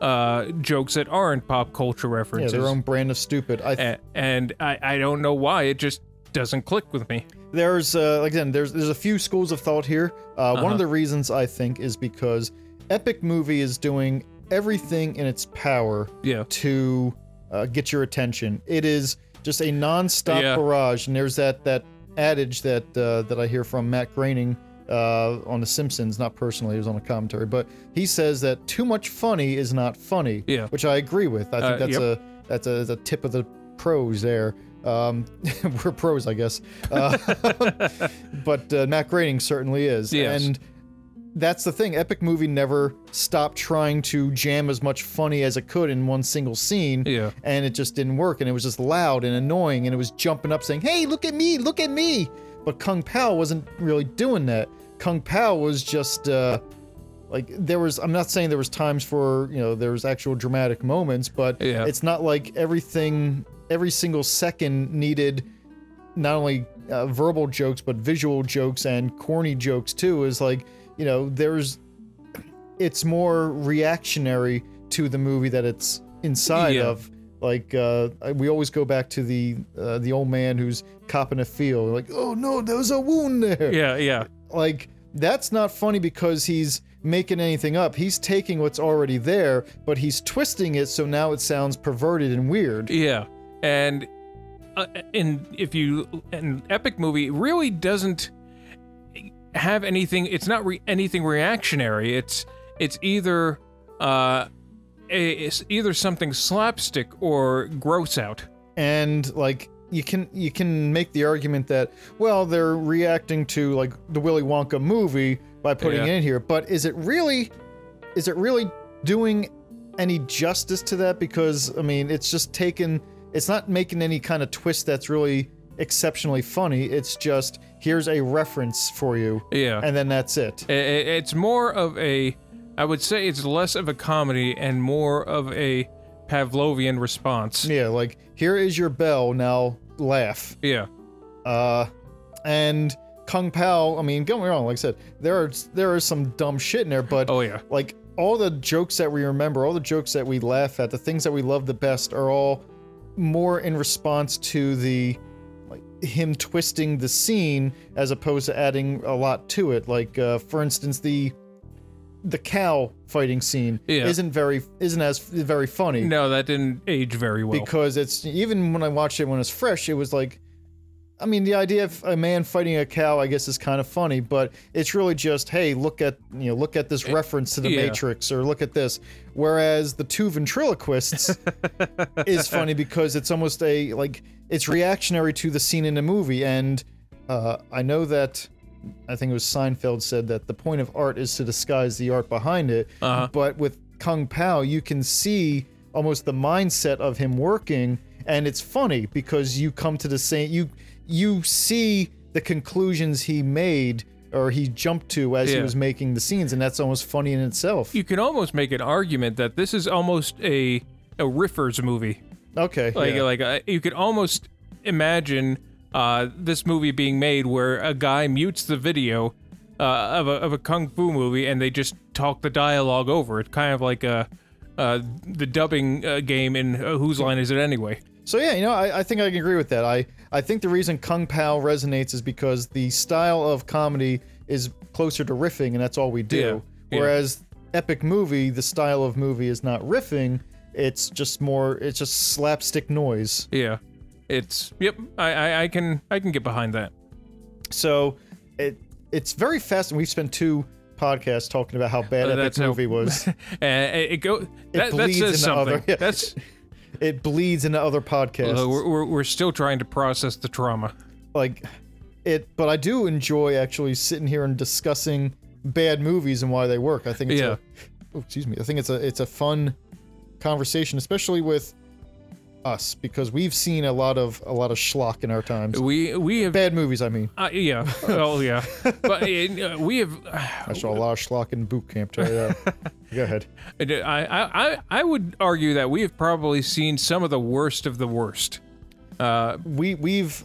Speaker 2: uh, jokes that aren't pop culture
Speaker 1: yeah,
Speaker 2: references.
Speaker 1: their own brand of stupid. I th-
Speaker 2: A- and I, I don't know why it just doesn't click with me.
Speaker 1: there's uh, again there's there's a few schools of thought here. Uh, One
Speaker 2: Uh-huh.
Speaker 1: of the reasons I think is because Epic Movie is doing everything in its power
Speaker 2: Yeah,
Speaker 1: to uh, get your attention. It is just a nonstop
Speaker 2: Yeah.
Speaker 1: barrage, and there's that that adage that uh, that I hear from Matt Groening uh, on The Simpsons, not personally, it was on a commentary, but he says that too much funny is not funny,
Speaker 2: Yeah.
Speaker 1: which I agree with. I think
Speaker 2: Uh,
Speaker 1: that's a that's a, the tip of the pros there. Um, we're pros, I guess, uh, but uh, Matt Groening certainly is,
Speaker 2: Yes.
Speaker 1: and that's the thing. Epic Movie never stopped trying to jam as much funny as it could in one single scene.
Speaker 2: Yeah.
Speaker 1: And it just didn't work. And it was just loud and annoying. And it was jumping up saying, hey, look at me, look at me. But Kung Pao wasn't really doing that. Kung Pao was just. Uh, like there was i'm not saying there was times for you know there was actual dramatic moments but
Speaker 2: Yeah.
Speaker 1: it's not like everything every single second needed not only uh, verbal jokes but visual jokes and corny jokes too is like you know there's it's more reactionary to the movie that it's inside
Speaker 2: Yeah.
Speaker 1: of like uh, we always go back to the uh, the old man who's copping a feel like oh no there's a wound there
Speaker 2: yeah, yeah,
Speaker 1: like that's not funny because he's making anything up he's taking what's already there but he's twisting it so now it sounds perverted and weird
Speaker 2: yeah. And uh, and if you an epic movie really doesn't have anything. It's not re- anything reactionary. It's it's either uh, a, it's either something slapstick or gross out.
Speaker 1: and like you can you can make the argument that well they're reacting to like the Willy Wonka movie by putting
Speaker 2: Yeah.
Speaker 1: it in here, but is it really is it really doing any justice to that? Because I mean, it's just taken it's not making any kind of twist that's really exceptionally funny. It's just here's a reference for you,
Speaker 2: Yeah.
Speaker 1: and then that's it.
Speaker 2: I- I- It's more of a, I would say it's less of a comedy and more of a Pavlovian response.
Speaker 1: Yeah, like here is your bell. Now laugh.
Speaker 2: Yeah,
Speaker 1: Uh, and Kung Pao, I mean, don't get me wrong, like I said, there are there is some dumb shit in there, but
Speaker 2: Oh, yeah.
Speaker 1: like all the jokes that we remember, all the jokes that we laugh at, the things that we love the best are all more in response to the like him twisting the scene as opposed to adding a lot to it. Like uh, for instance, the the cow fighting scene
Speaker 2: Yeah.
Speaker 1: isn't very isn't as very funny
Speaker 2: No, that didn't age very well.
Speaker 1: because it's even when I watched it when it's fresh, it was like, I mean, the idea of a man fighting a cow, I guess, is kind of funny, but it's really just, hey, look at you know, look at this reference to the
Speaker 2: yeah.
Speaker 1: Matrix, or look at this. Whereas the two ventriloquists is funny because it's almost a like it's reactionary to the scene in the movie, and uh, I know that.
Speaker 2: Uh-huh.
Speaker 1: I think it was Seinfeld said that the point of art is to disguise the art behind it. But with Kung Pao, you can see almost the mindset of him working, and it's funny because you come to the same you you see the conclusions he made or he jumped to as he
Speaker 2: Yeah.
Speaker 1: was making the scenes, and that's almost funny in itself.
Speaker 2: You can almost make an argument that this is almost a a riffers movie.
Speaker 1: okay,
Speaker 2: Like
Speaker 1: yeah.
Speaker 2: like uh, you could almost imagine uh, this movie being made where a guy mutes the video uh, of a of a kung fu movie and they just talk the dialogue over it, kind of like a. Uh, the dubbing uh, game in uh, whose line is it anyway?
Speaker 1: So yeah, you know, I, I think I can agree with that. I, I think the reason Kung Pao resonates is because the style of comedy is closer to riffing, and that's all we do.
Speaker 2: Yeah, yeah.
Speaker 1: Whereas epic movie, the style of movie is not riffing; it's just more, it's just slapstick noise.
Speaker 2: Yeah, it's yep. I, I I can I can get behind that.
Speaker 1: So it it's very fast, and we've spent two podcasts talking about how bad
Speaker 2: Uh,
Speaker 1: epic
Speaker 2: that's how-
Speaker 1: movie was.
Speaker 2: Uh, it it go that, that
Speaker 1: bleeds
Speaker 2: says
Speaker 1: into other-
Speaker 2: something.
Speaker 1: yeah.
Speaker 2: That's
Speaker 1: it bleeds into other podcasts.
Speaker 2: uh, we're, we're we're still trying to process the trauma.
Speaker 1: like it but i do enjoy actually sitting here and discussing bad movies and why they work i think it's
Speaker 2: Yeah.
Speaker 1: a, oh, excuse me i think it's a it's a fun conversation especially with us because we've seen a lot of a lot of schlock in our times
Speaker 2: We we have
Speaker 1: bad movies i mean
Speaker 2: uh, yeah oh yeah, but uh, we have.
Speaker 1: i saw a lot of schlock in boot camp tell you that. go ahead
Speaker 2: I, I I I would argue that we have probably seen some of the worst of the worst. Uh,
Speaker 1: we we've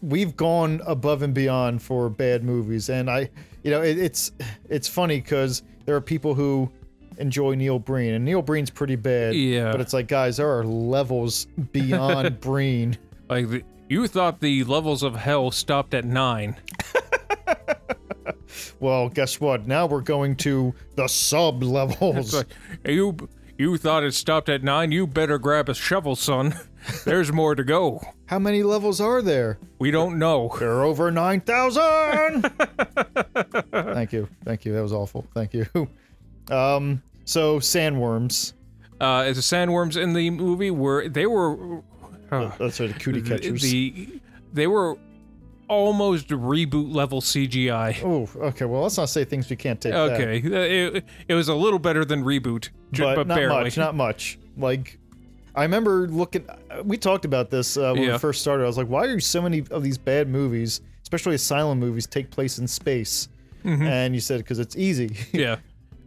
Speaker 1: we've gone above and beyond for bad movies and i you know it, it's it's funny because there are people who enjoy neil breen and neil breen's pretty bad
Speaker 2: Yeah.
Speaker 1: but it's like guys there are levels beyond breen
Speaker 2: like the, you thought the levels of hell stopped at nine.
Speaker 1: well guess what now we're going to the sub levels
Speaker 2: Like, you you thought it stopped at nine. You better grab a shovel, son. There's more to go.
Speaker 1: how many levels are there
Speaker 2: We don't know.
Speaker 1: there are over 9000 thank you thank you that was awful thank you um so sandworms
Speaker 2: Uh, as the sandworms in the movie were they were uh,
Speaker 1: that's what the cootie catchers
Speaker 2: the they were almost reboot level CGI.
Speaker 1: Oh, okay. Well, let's not say things we can't take. back.
Speaker 2: Okay, uh, it, it was a little better than reboot, ju-
Speaker 1: but,
Speaker 2: but,
Speaker 1: not
Speaker 2: barely.
Speaker 1: much. Not much. Like, I remember looking. uh, We talked about this uh, when
Speaker 2: Yeah.
Speaker 1: we first started. I was like, why do so many of these bad movies, especially asylum movies, take place in space?
Speaker 2: Mm-hmm.
Speaker 1: And you said because it's easy,
Speaker 2: yeah,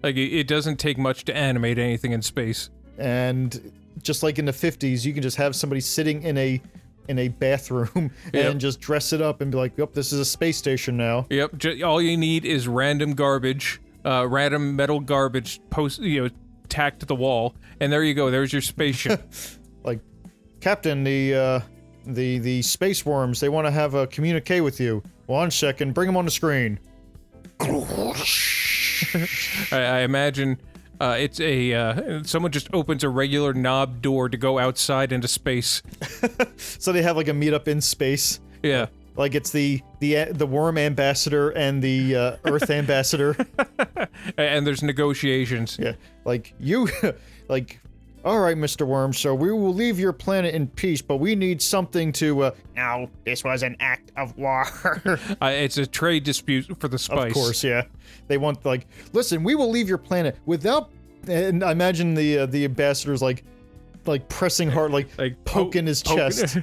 Speaker 2: like it, it doesn't take much to animate anything in space.
Speaker 1: and just like in the '50s, you can just have somebody sitting in a in a bathroom
Speaker 2: Yeah.
Speaker 1: and just dress it up and be like, "Yep, this is a space station now."
Speaker 2: Yep, ju- all you need is random garbage, uh, random metal garbage post, you know, tacked to the wall, and there you go. There's your spaceship.
Speaker 1: Like, Captain, the uh, the the space worms they want to have a communique with you. One second, bring them on the screen.
Speaker 2: I, I imagine uh, it's a uh, someone just opens a regular knob door to go outside into space.
Speaker 1: So they have like a meetup in space.
Speaker 2: Yeah,
Speaker 1: Like it's the the the worm ambassador and the uh, Earth ambassador.
Speaker 2: A- and there's negotiations.
Speaker 1: Yeah. Like you, like, all right, Mr. Worm. So we will leave your planet in peace, but we need something to. Uh,
Speaker 3: No, this was an act of war.
Speaker 2: Uh, it's a trade dispute for the spice.
Speaker 1: of course, yeah. They want like, listen, we will leave your planet without. And I imagine the uh, the ambassador's like, like pressing hard, like
Speaker 2: Like,
Speaker 1: poking
Speaker 2: poke-
Speaker 1: his
Speaker 2: poke-
Speaker 1: chest,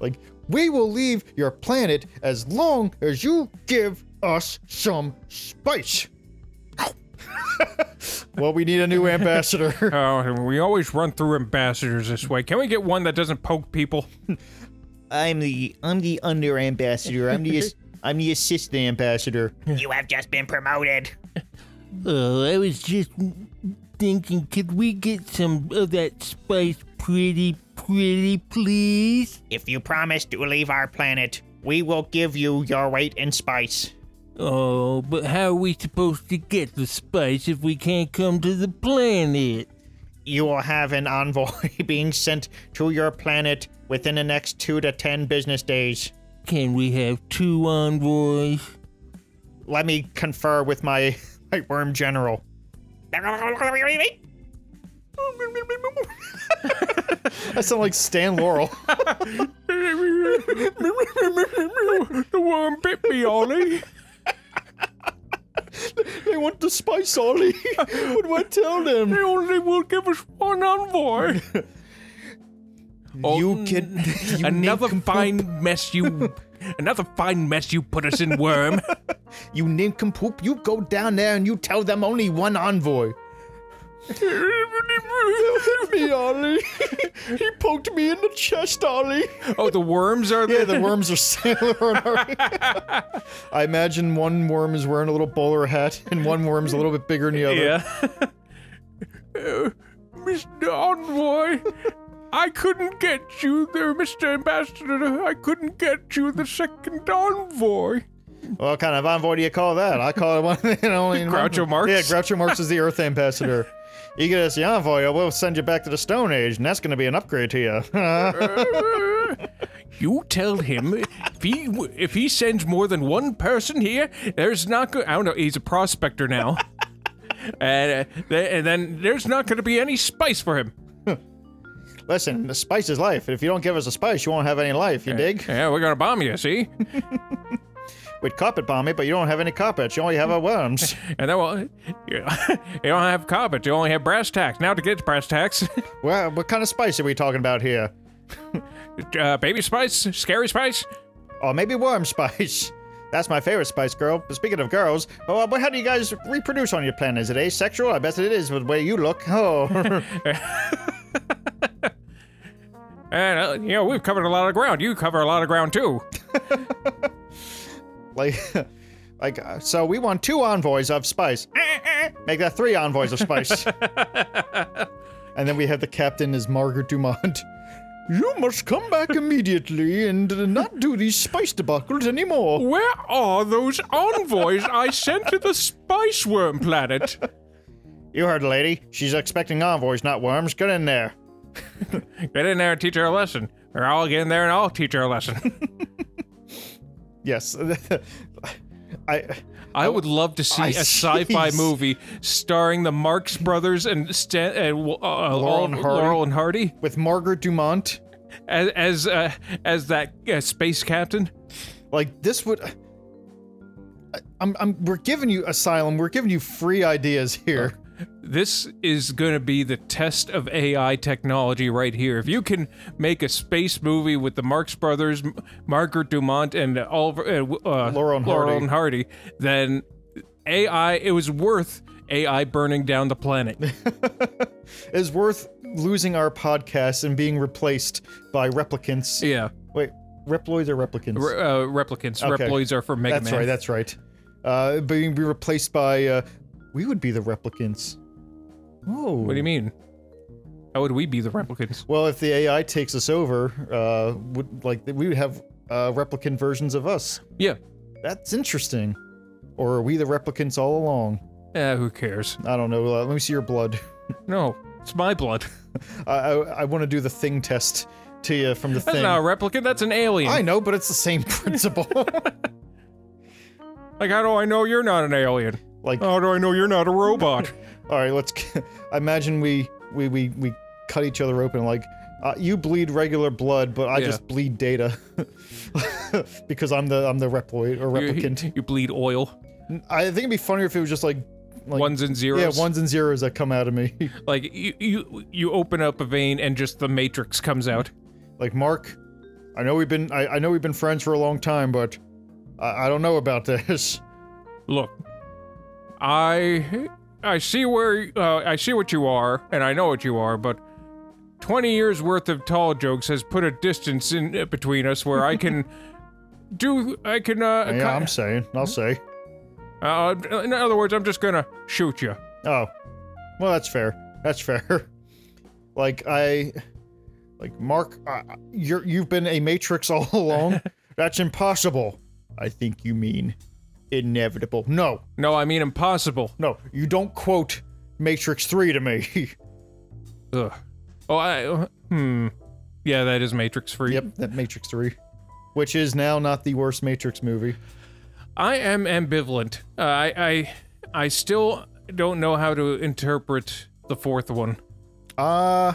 Speaker 1: like. We will leave your planet as long as you give us some spice. well, we need a new ambassador.
Speaker 2: Oh, and we always run through ambassadors this way. Can we get one that doesn't poke people?
Speaker 1: I'm the I'm the under ambassador. I'm the ass- I'm the assistant ambassador.
Speaker 3: you have just been promoted.
Speaker 4: Oh, I was just thinking, could we get some of that spice pretty, pretty, please?
Speaker 3: If you promise to leave our planet, we will give you your weight in spice.
Speaker 4: Oh, but how are we supposed to get the spice if we can't come to the planet?
Speaker 3: You will have an envoy being sent to your planet within the next two to ten business days.
Speaker 4: Can we have two envoys?
Speaker 3: Let me confer with my, my worm general.
Speaker 1: I sound like Stan Laurel.
Speaker 2: the worm bit me, Ollie.
Speaker 1: They They want the spice, Ollie. what do I tell them?
Speaker 2: They only will give us one envoy.
Speaker 1: you can. You
Speaker 2: another
Speaker 1: nincompoop.
Speaker 2: fine mess you. Another fine mess you put us in, worm.
Speaker 1: You nincompoop. You go down there and you tell them only one envoy. me, Ollie. he poked me in the chest, Ollie.
Speaker 2: oh, the worms are there.
Speaker 1: Yeah, the worms are sailing around. I imagine one worm is wearing a little bowler hat, and one worm's a little bit bigger than the other.
Speaker 2: Yeah. Uh, Mr. Envoy, I couldn't get you there, Mr. Ambassador. I couldn't get you the second envoy.
Speaker 1: What kind of envoy do you call that? I call it one and only
Speaker 2: Groucho Marx?
Speaker 1: Yeah, Groucho Marx is the Earth ambassador. You get us the envoy, we'll send you back to the Stone Age, and that's going to be an upgrade to you.
Speaker 2: You tell him if he if he sends more than one person here, there's not going. I don't know. He's a prospector now, and uh, th- and then there's not going to be any spice for him.
Speaker 1: Listen, the spice is life. If you don't give us a spice, you won't have any life. You dig?
Speaker 2: Yeah, we're gonna bomb you, see?
Speaker 1: We'd carpet bomb it, but you don't have any carpets. You only have our worms.
Speaker 2: And then well, you, you don't have carpet. You only have brass tacks. Now to get brass tacks,
Speaker 1: well, what kind of spice are we talking about here?
Speaker 2: uh, baby spice, scary spice.
Speaker 1: Or Oh, maybe worm spice. That's my favorite spice girl. But speaking of girls, oh, uh, but how do you guys reproduce on your planet? Is it asexual? I bet it is with the way you look. Oh,
Speaker 2: And uh, you know we've covered a lot of ground. You cover a lot of ground too.
Speaker 1: like, like. uh, So we want two envoys of spice. Make that three envoys of spice. and then we have the captain is Margaret Dumont. You must come back immediately and uh, not do these spice debacles anymore.
Speaker 2: Where are those envoys I sent to the spice worm planet?
Speaker 1: You heard the lady. She's expecting envoys, not worms. Get in there.
Speaker 2: Get in there and teach her a lesson. Or I'll get in there and I'll teach her a lesson.
Speaker 1: Yes. I.
Speaker 2: I would love to see
Speaker 1: I-
Speaker 2: a sci-fi
Speaker 1: jeez.
Speaker 2: movie starring the Marx Brothers and Stan, and uh, Laurel,
Speaker 1: and Hardy.
Speaker 2: Laurel and Hardy
Speaker 1: With Margaret Dumont.
Speaker 2: as as, uh, as that uh, space captain.
Speaker 1: Like this would. I- I'm, I'm. We're giving you asylum. We're giving you free ideas here.
Speaker 2: This is going to be the test of AI technology right here. If you can make a space movie with the Marx Brothers, M- Margaret Dumont, and Oliver, uh, w- uh,
Speaker 1: Laurel and Hardy.
Speaker 2: Hardy, then AI it was worth AI burning down the planet.
Speaker 1: It's worth losing our podcast and being replaced by replicants.
Speaker 2: yeah,
Speaker 1: Wait, Reploids or replicants?
Speaker 2: Re- uh, replicants.
Speaker 1: Okay.
Speaker 2: Reploids are for Mega
Speaker 1: that's
Speaker 2: Man.
Speaker 1: right. That's right. Uh, being be replaced by. Uh, we would be the replicants. Oh.
Speaker 2: What do you mean? How would we be the replicants?
Speaker 1: Well, if the AI takes us over, uh, would like we would have uh, replicant versions of us.
Speaker 2: Yeah.
Speaker 1: That's interesting. Or are we the replicants all along?
Speaker 2: Eh, who cares?
Speaker 1: I don't know. Uh, let me see your blood.
Speaker 2: No, it's my blood.
Speaker 1: I I, I want to do the thing test to you from the
Speaker 2: That's
Speaker 1: thing.
Speaker 2: not a replicant. That's an alien.
Speaker 1: I know, but it's the same principle.
Speaker 2: like, how do I know you're not an alien?
Speaker 1: like,
Speaker 2: How do I know you're not a robot?
Speaker 1: all right, let's. I imagine we we we we cut each other open. Like, uh, you bleed regular blood, but I
Speaker 2: Yeah.
Speaker 1: just bleed data because I'm the I'm the reploid or
Speaker 2: You-
Speaker 1: replicant.
Speaker 2: You, bleed oil.
Speaker 1: I think it'd be funnier if it was just like, like
Speaker 2: ones and
Speaker 1: yeah,
Speaker 2: zeros.
Speaker 1: ones and zeros that come out of me.
Speaker 2: Like you, you, you open up a vein and just the matrix comes out.
Speaker 1: like Mark, I know we've been I, I know we've been friends for a long time, but I, I don't know about this.
Speaker 2: Look, I, I see where, uh, I see what you are, and I know what you are, but. 20 years worth of tall jokes has put a distance in uh, between us where I can do I can uh,
Speaker 1: Yeah,
Speaker 2: cut-
Speaker 1: I'm saying.
Speaker 2: Hmm?
Speaker 1: I'll say.
Speaker 2: Uh, in other words, I'm just gonna shoot you.
Speaker 1: Oh, well, that's fair. That's fair. like I, like Mark, uh, you're you've been a Matrix all along. that's impossible. I think you mean inevitable. No,
Speaker 2: No, I mean impossible.
Speaker 1: no, you don't quote Matrix Three to me.
Speaker 2: Ugh. Oh, I. Hmm. Yeah, that is Matrix Free.
Speaker 1: yep, that Matrix Three, which is now not the worst Matrix movie.
Speaker 2: I am ambivalent. Uh, I, I, I still don't know how to interpret the fourth one.
Speaker 1: Uh,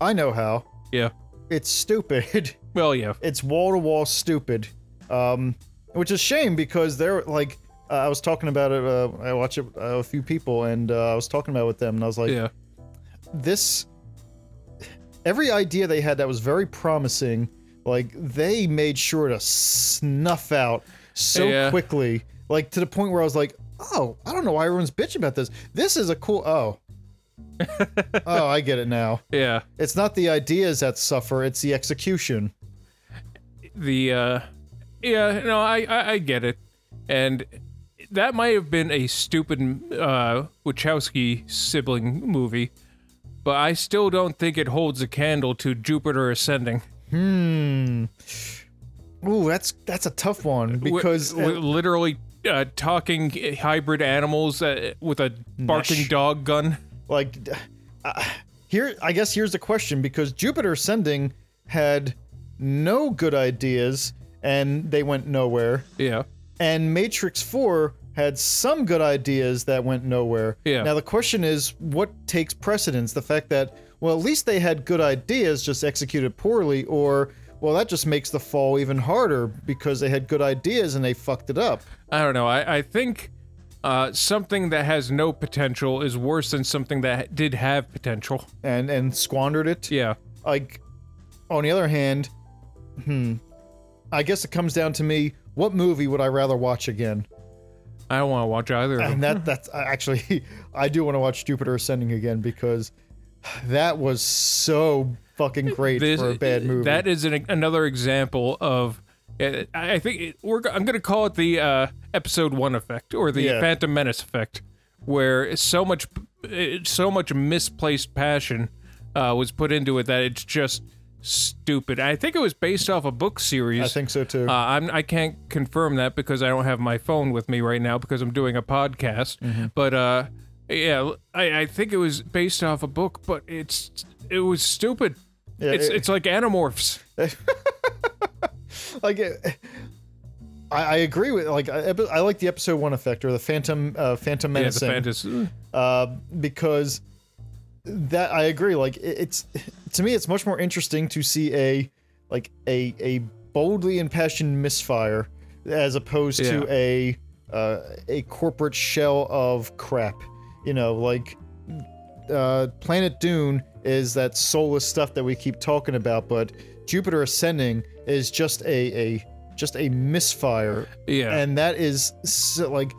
Speaker 1: I know how.
Speaker 2: Yeah.
Speaker 1: It's stupid.
Speaker 2: Well, yeah.
Speaker 1: It's wall to wall stupid. Um, which is a shame because they're like, uh, I was talking about it. Uh, I watch it uh, a few people, and uh, I was talking about it with them, and I was like,
Speaker 2: yeah.
Speaker 1: this every idea they had that was very promising like they made sure to snuff out so
Speaker 2: Yeah.
Speaker 1: quickly like to the point where i was like oh i don't know why everyone's bitching about this this is a cool oh oh i get it now
Speaker 2: Yeah.
Speaker 1: it's not the ideas that suffer it's the execution
Speaker 2: the uh yeah no I, I i get it and that might have been a stupid uh wachowski sibling movie but i still don't think it holds a candle to jupiter ascending
Speaker 1: ooh that's that's a tough one
Speaker 2: Wi-
Speaker 1: because
Speaker 2: wi- literally uh, talking hybrid animals uh, with a barking
Speaker 1: Nish.
Speaker 2: dog gun
Speaker 1: like d- uh, here i guess here's the question because jupiter ascending had no good ideas and they went nowhere
Speaker 2: yeah
Speaker 1: and matrix 4 had some good ideas that went nowhere
Speaker 2: Yeah.
Speaker 1: now the question is what takes precedence the fact that well at least they had good ideas just executed poorly or well that just makes the fall even harder because they had good ideas and they fucked it up
Speaker 2: i don't know i, I think uh, something that has no potential is worse than something that did have potential.
Speaker 1: and and squandered it
Speaker 2: Yeah.
Speaker 1: like on the other hand hmm i guess it comes down to me what movie would i rather watch again
Speaker 2: I don't want to watch either of them.
Speaker 1: and that that's I- actually i do want to watch jupiter ascending again because that was so fucking great
Speaker 2: This-
Speaker 1: for a bad movie
Speaker 2: That is an, another example of. I I think it, we're. I'm going to call it the uh, episode one effect or the
Speaker 1: Yeah.
Speaker 2: Phantom Menace effect, where so much, it- so much misplaced passion uh, was put into it that it's just stupid. I think it was based off a book series.
Speaker 1: i think so too
Speaker 2: Uh, I'm, I can't confirm that because I don't have my phone with me right now because I'm doing a podcast.
Speaker 1: Mm-hmm.
Speaker 2: But uh, yeah, I, I think it was based off a book, but it's it was stupid. it's
Speaker 1: it-
Speaker 2: it's like Animorphs.
Speaker 1: like it, I, I agree with like I, epi- I like the episode one effect or the phantom uh, phantom
Speaker 2: Yeah, the
Speaker 1: menacing
Speaker 2: fantasy.
Speaker 1: uh, because that I agree. Like it- it's to me, it's much more interesting to see a like a a boldly impassioned misfire as opposed
Speaker 2: Yeah.
Speaker 1: to a uh, a corporate shell of crap. You know, like uh, Planet Dune is that soulless stuff that we keep talking about, but Jupiter Ascending is just a a just a misfire
Speaker 2: Yeah,
Speaker 1: and that is so, like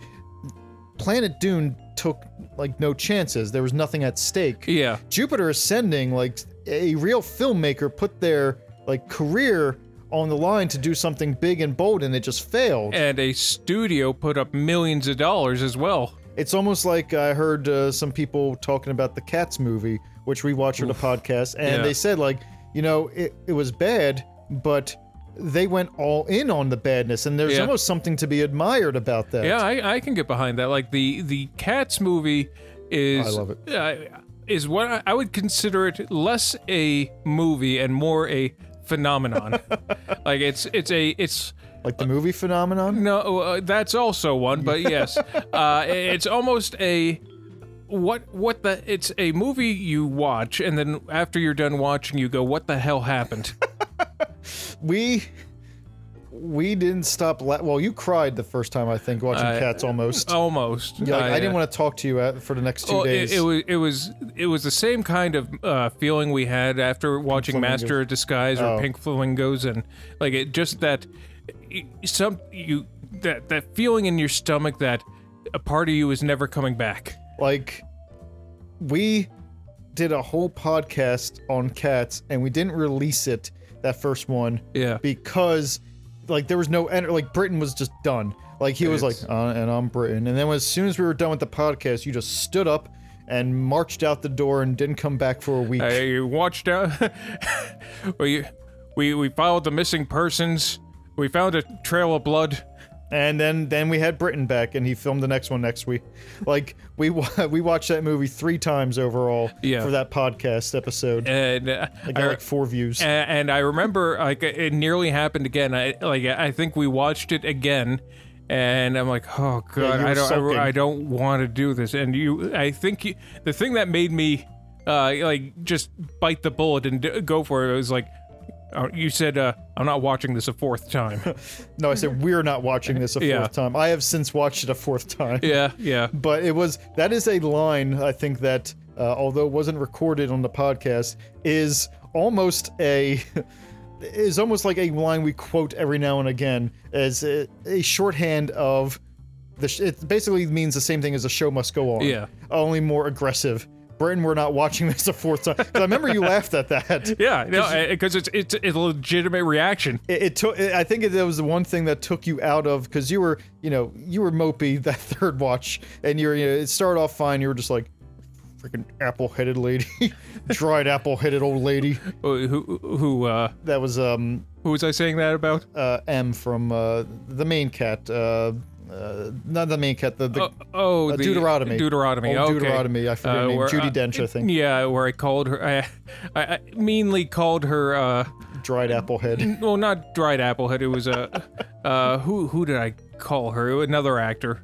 Speaker 1: planet dune took like no chances there was nothing at stake
Speaker 2: yeah,
Speaker 1: jupiter ascending like a real filmmaker put their like career on the line to do something big and bold and it just failed
Speaker 2: and a studio put up millions of dollars as well.
Speaker 1: it's almost like i heard uh, some people talking about the cats movie which we watched on the podcast and
Speaker 2: Yeah.
Speaker 1: they said like you know it, it was bad but they went all in on the badness and there's
Speaker 2: Yeah.
Speaker 1: almost something to be admired about that
Speaker 2: Yeah, I, I can get behind that. Like the the Cats movie is
Speaker 1: I love it.
Speaker 2: Uh, is what I, I would consider it less a movie and more a phenomenon. like it's it's a it's
Speaker 1: like the movie phenomenon
Speaker 2: no uh, that's also one, but yes, uh, it's almost a what what the it's a movie you watch and then after you're done watching you go what the hell happened.
Speaker 1: we we didn't stop la- well you cried the first time i think watching
Speaker 2: I-
Speaker 1: cats almost
Speaker 2: Almost.
Speaker 1: You're like,
Speaker 2: Uh,
Speaker 1: i didn't want to talk to you at, for the next two
Speaker 2: Well,
Speaker 1: days
Speaker 2: Oh, It, it was it was it was the same kind of uh, feeling we had after watching Master of Disguise
Speaker 1: Oh.
Speaker 2: or Pink Flamingos, and like it just that y- some you that that feeling in your stomach that a part of you is never coming back.
Speaker 1: like we did a whole podcast on cats and we didn't release it that first one
Speaker 2: Yeah.
Speaker 1: because like there was no en- like britain was just done like he was like
Speaker 2: It's-
Speaker 1: uh, and i'm britain and then as soon as we were done with the podcast you just stood up and marched out the door and didn't come back for a week
Speaker 2: I watched out. we we we followed the missing persons. We found a trail of blood.
Speaker 1: And then then we had Britain back, and he filmed the next one next week. Like we wa- we watched that movie three times overall
Speaker 2: Yeah.
Speaker 1: for that podcast episode.
Speaker 2: And uh,
Speaker 1: I got like four views.
Speaker 2: and, and I remember like it nearly happened again. I like I think we watched it again, and I'm like, oh god,
Speaker 1: you were
Speaker 2: I don't,
Speaker 1: sulking.
Speaker 2: I, I don't want to do this. And you, I think you, the thing that made me uh, like just bite the bullet and d- go for it was like, Uh, you said uh, I'm not watching this a fourth time.
Speaker 1: No, I said we're not watching this a fourth
Speaker 2: Yeah.
Speaker 1: time. I have since watched it a fourth time.
Speaker 2: yeah, yeah.
Speaker 1: But it was that is a line I think that uh, although it wasn't recorded on the podcast is almost a is almost like a line we quote every now and again as a, a shorthand of the sh- it basically means the same thing as the show must go on.
Speaker 2: Yeah.
Speaker 1: Only more aggressive. Britain, we're not watching this a fourth time. 'Cause I remember you laughed at that.
Speaker 2: Yeah, no, because it's it's it's a legitimate reaction.
Speaker 1: it, it took i think it, was the one thing that took you out of because you were you know you were mopey that third watch and you're you know it started off fine you were just like freaking apple-headed lady dried apple-headed old lady
Speaker 2: Uh, Who who uh,
Speaker 1: that was um
Speaker 2: who was I saying that about?
Speaker 1: uh m from uh the main cat uh, uh not the main cat the, the
Speaker 2: Oh,
Speaker 1: uh,
Speaker 2: the
Speaker 1: Deuteronomy.
Speaker 2: Deuteronomy.
Speaker 1: Old
Speaker 2: okay.
Speaker 1: Deuteronomy. I forget her
Speaker 2: Uh,
Speaker 1: name.
Speaker 2: where
Speaker 1: Judy
Speaker 2: I-
Speaker 1: Dench, I think.
Speaker 2: Yeah, where I called her. I, I, I meanly called her. Uh,
Speaker 1: dried apple head.
Speaker 2: well, not dried applehead. It was a. uh, who who did I call her? Another actor.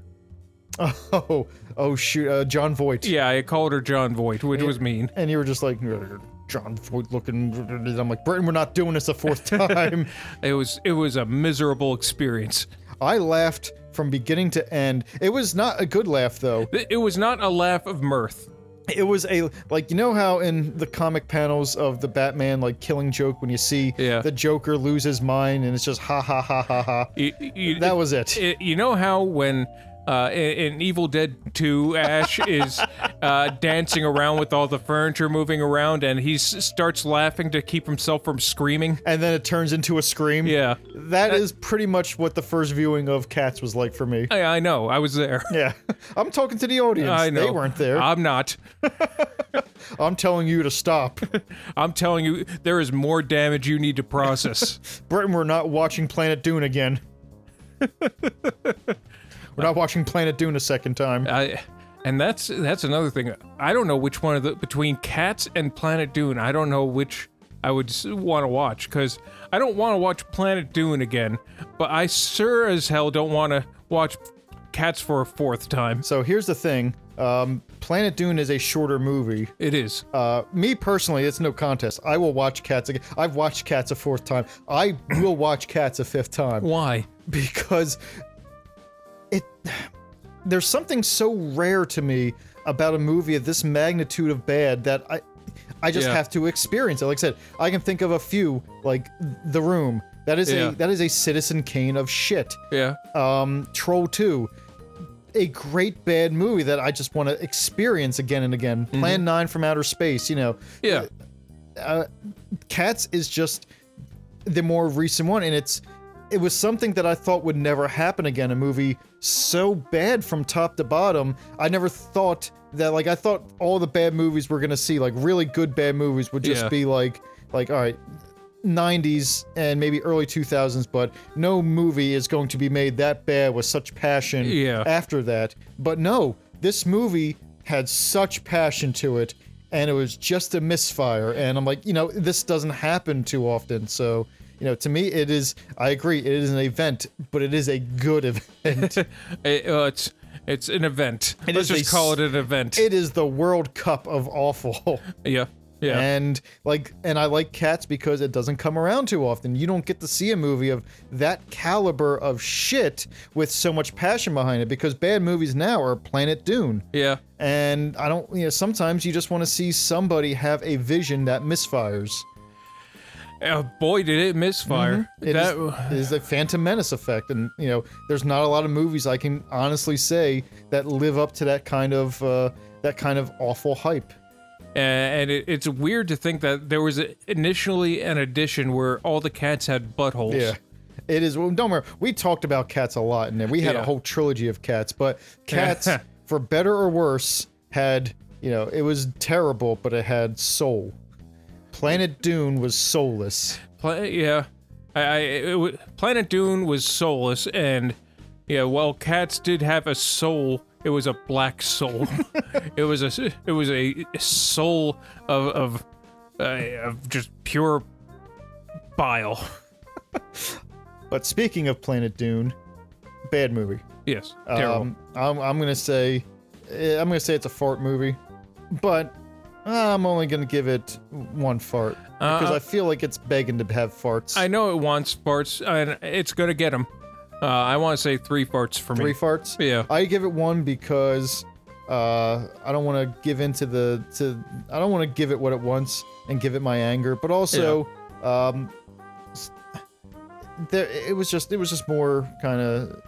Speaker 1: Oh, oh shoot, uh, John Voight.
Speaker 2: Yeah, I called her John Voight, which was mean.
Speaker 1: And you were just like John Voight looking. I'm like Britain, we're not doing this a fourth time.
Speaker 2: It was it was a miserable experience.
Speaker 1: I laughed from beginning to end. It was not a good laugh though.
Speaker 2: It it was not a laugh of mirth.
Speaker 1: It was a like you know how in the comic panels of the Batman like killing joke when you see
Speaker 2: Yeah.
Speaker 1: the Joker lose his mind and it's just ha ha ha ha ha.
Speaker 2: You, you,
Speaker 1: That was it.
Speaker 2: it- you know how when uh, in in Evil Dead 2, Ash is uh, dancing around with all the furniture moving around, and he s- starts laughing to keep himself from screaming.
Speaker 1: And then it turns into a scream.
Speaker 2: Yeah,
Speaker 1: That is pretty much what the first viewing of Cats was like for me.
Speaker 2: I, I know. I was there.
Speaker 1: Yeah. I'm talking to the audience.
Speaker 2: I know.
Speaker 1: They weren't there.
Speaker 2: I'm not.
Speaker 1: I'm telling you to stop.
Speaker 2: I'm telling you, there is more damage you need to process.
Speaker 1: Britain, we're not watching Planet Dune again. we're not watching Planet Dune a second time.
Speaker 2: I, and that's that's another thing. I don't know which one of the between Cats and Planet Dune. I don't know which I would want to watch because I don't want to watch Planet Dune again. But I sure as hell don't want to watch Cats for a fourth time.
Speaker 1: So here's the thing. Um, Planet Dune is a shorter movie.
Speaker 2: It is.
Speaker 1: Uh, me personally, it's no contest. I will watch Cats again. I've watched Cats a fourth time. I will watch Cats a fifth time
Speaker 2: Why?
Speaker 1: because it there's something so rare to me about a movie of this magnitude of bad that I I just
Speaker 2: Yeah.
Speaker 1: have to experience it. Like I said, I can think of a few like The Room. That is
Speaker 2: Yeah.
Speaker 1: a that is a Citizen Kane of shit
Speaker 2: Yeah.
Speaker 1: um, Troll 2, a great bad movie that I just want to experience again and again. Plan 9 from Outer Space, you know.
Speaker 2: Yeah.
Speaker 1: Cats is just the more recent one, and it's it was something that I thought would never happen again. A movie so bad from top to bottom. I never thought that like I thought all the bad movies we're gonna see, like really good bad movies, would just
Speaker 2: Yeah.
Speaker 1: be like like all right. 90s and maybe early 2000s, but no movie is going to be made that bad with such passion
Speaker 2: Yeah.
Speaker 1: after that. But no, this movie had such passion to it, and it was just a misfire. And I'm like, you know, this doesn't happen too often. So, you know, to me, it is, I agree, it is an event, but it is a good event.
Speaker 2: It- uh, it's it's an event. Let's
Speaker 1: is a
Speaker 2: just call
Speaker 1: s-
Speaker 2: it an event.
Speaker 1: it is the World Cup of awful.
Speaker 2: yeah. Yeah.
Speaker 1: And like, and I like Cats because it doesn't come around too often. You don't get to see a movie of that caliber of shit with so much passion behind it. Because bad movies now are Planet Dune.
Speaker 2: yeah.
Speaker 1: And I don't, you know, sometimes you just want to see somebody have a vision that misfires.
Speaker 2: Oh, boy, did it misfire.
Speaker 1: Mm-hmm. It is
Speaker 2: that
Speaker 1: it is a Phantom Menace effect. And, you know, there's not a lot of movies I can honestly say that live up to that kind of, uh, that kind of awful hype.
Speaker 2: Uh, and it, it's weird to think that there was a, initially an edition where all the cats had buttholes.
Speaker 1: Yeah. It is. Well, don't worry. We talked about cats a lot, and we had a
Speaker 2: Yeah.
Speaker 1: whole trilogy of cats. But cats, for better or worse, had you know it was terrible, but it had soul. Planet Dune was soulless.
Speaker 2: Pla- yeah. I, I it, w- Planet Dune was soulless, and yeah, while cats did have a soul, it was a black soul. it was a s- it was a soul of of uh, of just pure bile.
Speaker 1: But speaking of Planet Dune, bad movie.
Speaker 2: Yes, terrible.
Speaker 1: Um, I'm, I'm gonna say, eh, I'm gonna say it's a fart movie, but I'm only gonna give it one fart
Speaker 2: Uh,
Speaker 1: because I feel like it's begging to have farts.
Speaker 2: I know it wants farts, and it's gonna get them. Uh, I want to say three farts for
Speaker 1: Three
Speaker 2: me.
Speaker 1: farts.
Speaker 2: Yeah.
Speaker 1: I give it one because uh, I don't want to give in to the to I don't want to give it what it wants and give it my anger, but also um, s- there it was just it was just more kind of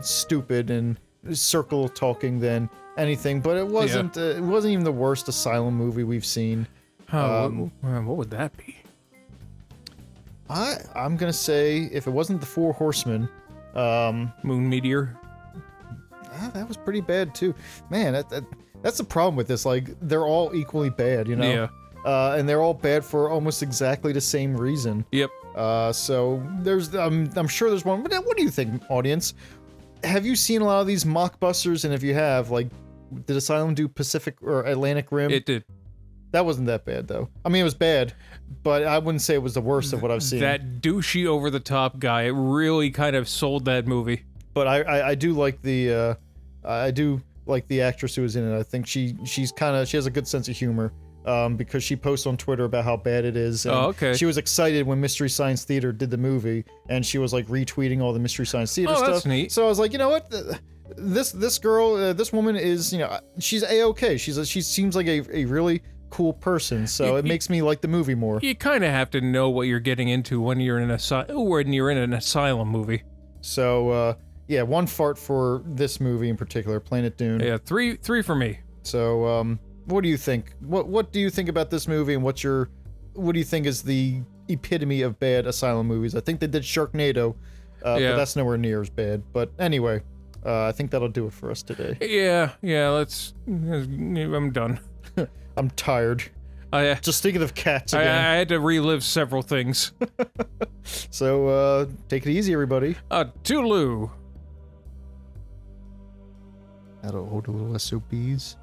Speaker 1: stupid and circle talking than anything. But it wasn't uh, it wasn't even the worst asylum movie we've seen.
Speaker 2: Huh,
Speaker 1: um,
Speaker 2: what, uh, what would that be?
Speaker 1: I I'm gonna say if it wasn't the Four Horsemen, um,
Speaker 2: Moon meteor.
Speaker 1: Ah, that was pretty bad too, man. That, that that's the problem with this. Like they're all equally bad, you know.
Speaker 2: Yeah.
Speaker 1: Uh, and they're all bad for almost exactly the same reason.
Speaker 2: Yep.
Speaker 1: Uh, so there's, I'm, I'm sure there's one. But now, what do you think, audience? Have you seen a lot of these mockbusters? And if you have, like, did Asylum do Pacific or Atlantic Rim?
Speaker 2: It did.
Speaker 1: that wasn't that bad though. I mean, it was bad, but I wouldn't say it was the worst of what I've seen.
Speaker 2: That douchey over the top guy really kind of sold that movie.
Speaker 1: but I, I, I do like the uh, I do like the actress who was in it. I think she she's kind of she has a good sense of humor um, because she posts on Twitter about how bad it is. and
Speaker 2: Oh, okay.
Speaker 1: She was excited when Mystery Science Theater did the movie, and she was like retweeting all the Mystery Science Theater
Speaker 2: Oh,
Speaker 1: stuff.
Speaker 2: that's neat.
Speaker 1: So I was like, you know what. Th- This this girl, uh, this woman is you know she's a okay. She's a, she seems like a, a really cool person, so it makes me like the movie more.
Speaker 2: You kind of have to know what you're getting into when you're in an asylum. When you're in an asylum movie.
Speaker 1: So uh, yeah, one fart for this movie in particular, Planet Dune.
Speaker 2: Yeah, three, three for me.
Speaker 1: So, um, what do you think? What What do you think about this movie, and what's your, what do you think is the epitome of bad asylum movies? I think they did Sharknado, uh,
Speaker 2: Yeah.
Speaker 1: but that's nowhere near as bad. But anyway, uh, I think that'll do it for us today.
Speaker 2: Yeah, yeah. Let's. I'm done.
Speaker 1: I'm tired.
Speaker 2: I,
Speaker 1: Just thinking of cats
Speaker 2: I, I
Speaker 1: again.
Speaker 2: had to relive several things.
Speaker 1: so, uh, take it easy, everybody.
Speaker 2: Uh, Toodaloo.
Speaker 1: That'll hold a little SOBs.